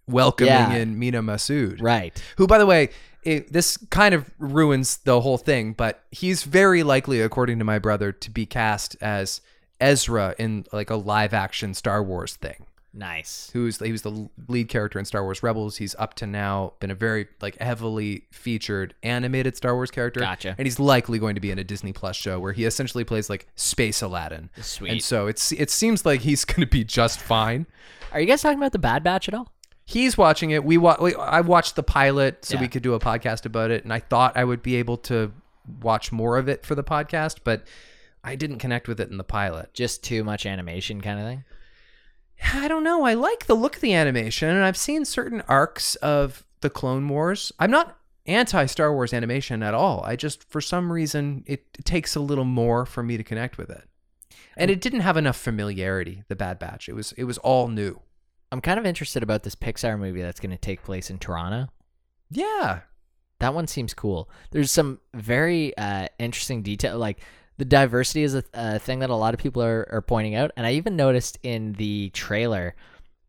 welcoming
Yeah.
in Mina Masood.
right.
Who, by the way, it, this kind of ruins the whole thing, but he's very likely, according to my brother, to be cast as Ezra in like a live action Star Wars thing.
Nice.
Who's he was the lead character in Star Wars Rebels. He's up to now been a very like heavily featured animated Star Wars character.
Gotcha.
And he's likely going to be in a Disney Plus show where he essentially plays like space Aladdin.
Sweet.
And so it's it seems like he's (laughs) going to be just fine.
Are you guys talking about the Bad Batch at all?
He's watching it. We, wa- we I watched the pilot so
Yeah.
we could do a podcast about it, and I thought I would be able to watch more of it for the podcast, but I didn't connect with it in the pilot.
Just too much animation kind of thing.
I don't know. I like the look of the animation, and I've seen certain arcs of the Clone Wars. I'm not anti Star Wars animation at all. I just, for some reason, it, it takes a little more for me to connect with it. And it didn't have enough familiarity. The Bad Batch. It was it was all new.
I'm kind of interested about this Pixar movie that's going to take place in Toronto.
Yeah,
That one seems cool. There's some very uh, interesting detail. Like the diversity is a, a thing that a lot of people are, are pointing out, and I even noticed in the trailer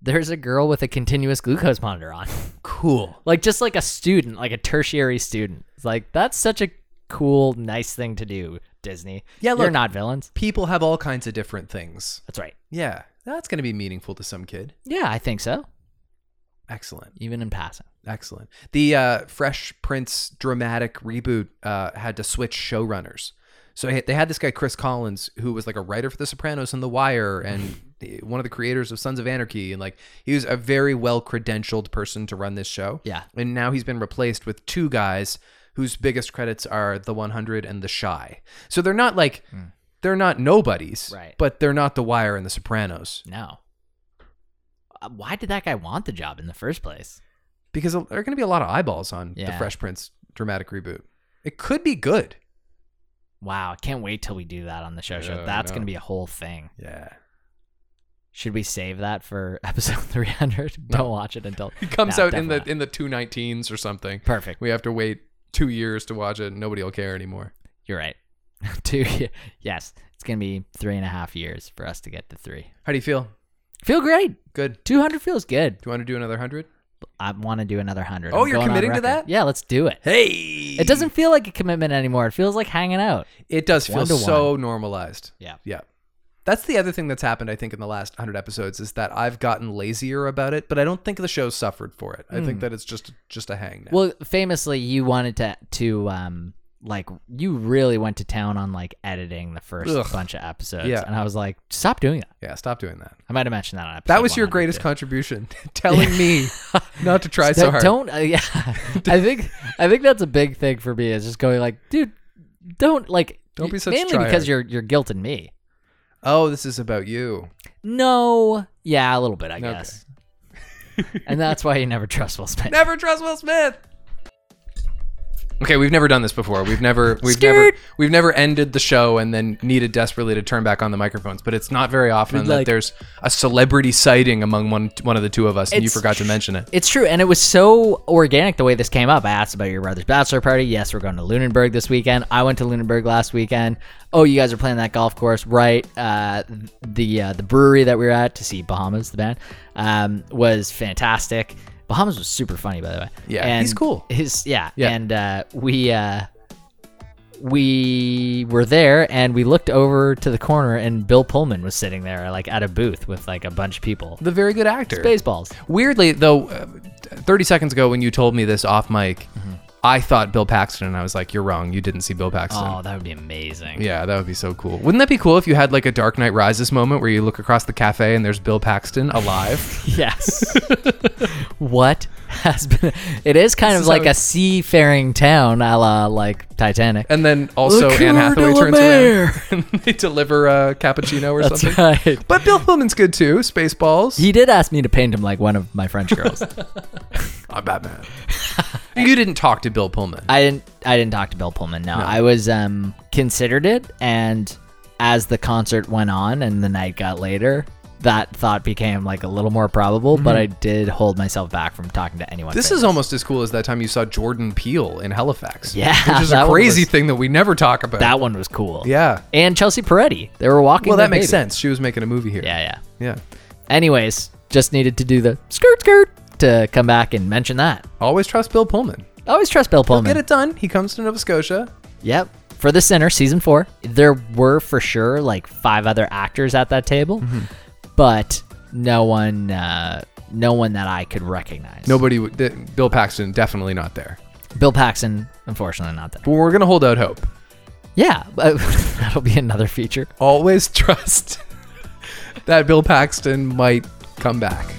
there's a girl with a continuous glucose monitor on, (laughs)
cool.
like just like a student, like a tertiary student. It's like that's such a cool, nice thing to do, Disney.
Yeah,
you're
look-
not villains.
People have all kinds of different things.
That's right.
Yeah, that's going to be meaningful to some kid.
Yeah, I think so.
Excellent.
Even in passing.
Excellent. The uh, Fresh Prince dramatic reboot uh, had to switch showrunners. So he- they had this guy, Chris Collins, who was like a writer for The Sopranos and The Wire and (laughs) the- one of the creators of Sons of Anarchy. And like, he was a very well credentialed person to run this show.
Yeah.
And now he's been replaced with two guys whose biggest credits are The 100 and The Shy. So they're not like, they're not nobodies,
Right.
but they're not The Wire and The Sopranos.
No. Uh, Why did that guy want the job in the first place?
because there are going to be a lot of eyeballs on the
Yeah.
Fresh Prince dramatic reboot. It could be good.
Wow, I can't wait till we do that on the show.
Yeah,
show.
I
That's going
know.
to be a whole thing.
Yeah.
Should we save that for (laughs) episode 300? Don't watch it until
(laughs) It comes
No,
out in the
definitely
in the 219s or something.
not. Perfect.
We have to wait 2 years to watch it and nobody will care anymore.
You're right. (laughs) Two. ye- Yes, it's going to be three and a half years for us to get to three.
How do you feel?
Feel great.
Good. Do
200 feels good.
you want to do another 100?
I want to do another 100.
Oh,
I'm
you're
going on
committing to
record.
that?
Yeah, let's do it.
Hey.
It doesn't feel like a commitment anymore. It feels like hanging out.
It does feel
One to
so normalized.
Yeah.
Yeah. That's the other thing that's happened, I think, in the last 100 episodes is that I've gotten lazier about it, but I don't think the show suffered for it. I think that it's just just a hang now.
Hmm. Well, famously, you wanted to to um like you really went to town on like editing the first
Ugh.
bunch of episodes,
Yeah.
and I was like, stop doing that.
yeah, stop doing that.
I might have mentioned that on episode.
That was your
100,
greatest
too.
contribution, (laughs) telling me
(laughs)
not to try so
That-
hard.
Don't. Uh, (laughs) yeah, I think I think that's a big thing for me is just going like, dude, don't like.
Don't be such
mainly
tryhard.
because you're you're guilting me.
Oh, this is about you.
No, yeah, a little bit, I
Okay.
guess. and that's why you never trust Will Smith.
Never trust Will Smith. Okay, we've never done this before. We've never we've never we've never ended the show and then needed desperately to turn back on the microphones. But it's not very often
We'd
that
like-
there's a celebrity sighting among one one of the two of us, and you
It's
forgot to mention it.
It's true, and it was so organic the way this came up. I asked about your brother's bachelor party. Yes, we're going to Lunenburg this weekend. I went to Lunenburg last weekend. Oh, you guys are playing that golf course, right? Uh, the uh, the brewery that we were at to see Bahamas, the band, um, was fantastic. Bahamas was super funny, by the way.
Yeah, he's cool.
His yeah,
Yeah.
and uh, we. Uh, we were there and we looked over to the corner and Bill Pullman was sitting there like at a booth with like a bunch of people.
The very good actor.
Baseballs.
Weirdly, though, uh, 30 seconds ago when you told me this off mic,
Mm-hmm.
I thought Bill Paxton, and I was like, "You're wrong. You didn't see Bill Paxton."
Oh, that would be amazing.
Yeah, that would be so cool. Wouldn't that be cool if you had like a Dark Knight Rises moment where you look across the cafe and there's Bill Paxton alive?
Yes. (laughs) what has been? It is kind
This
of
is
like
how-
a seafaring town, a la like Titanic.
and then also
Liqueur
Anne
de
Hathaway
la
turns
mer.
around (laughs) and they deliver a cappuccino or
That's
something.
right.
But Bill Pullman's good too. Spaceballs.
He did ask me to paint him like one of my French girls.
I'm
(laughs)
Batman. you didn't talk to Bill Pullman.
I didn't. I didn't talk to Bill Pullman. No, I was um considered it, and as the concert went on and the night got later, that thought became like a little more probable. But I did hold myself back from talking to anyone.
Mm-hmm. this
famous.
is almost as cool as that time you saw Jordan Peele in Halifax.
Yeah,
Which is a
that one
crazy
was-
thing that we never talk about.
that one was cool.
yeah.
and Chelsea Peretti. They were walking.
Well, that
their
makes
baby.
sense. She was making a movie here.
Yeah, yeah.
Yeah.
Anyways, just needed to do the skirt skirt to come back and mention that.
Always trust Bill Pullman.
Always trust Bill Pullman.
Get it done. He comes to Nova Scotia.
Yep. for The Sinner season four. There were for sure like five other actors at that table, but no one, uh, no one that I could recognize.
Nobody, w- th- Bill Paxton, definitely not there.
Bill Paxton, unfortunately, not there.
But we're gonna hold out hope.
Yeah, (laughs) but that'll be another feature.
(laughs) Always trust that Bill Paxton might come back.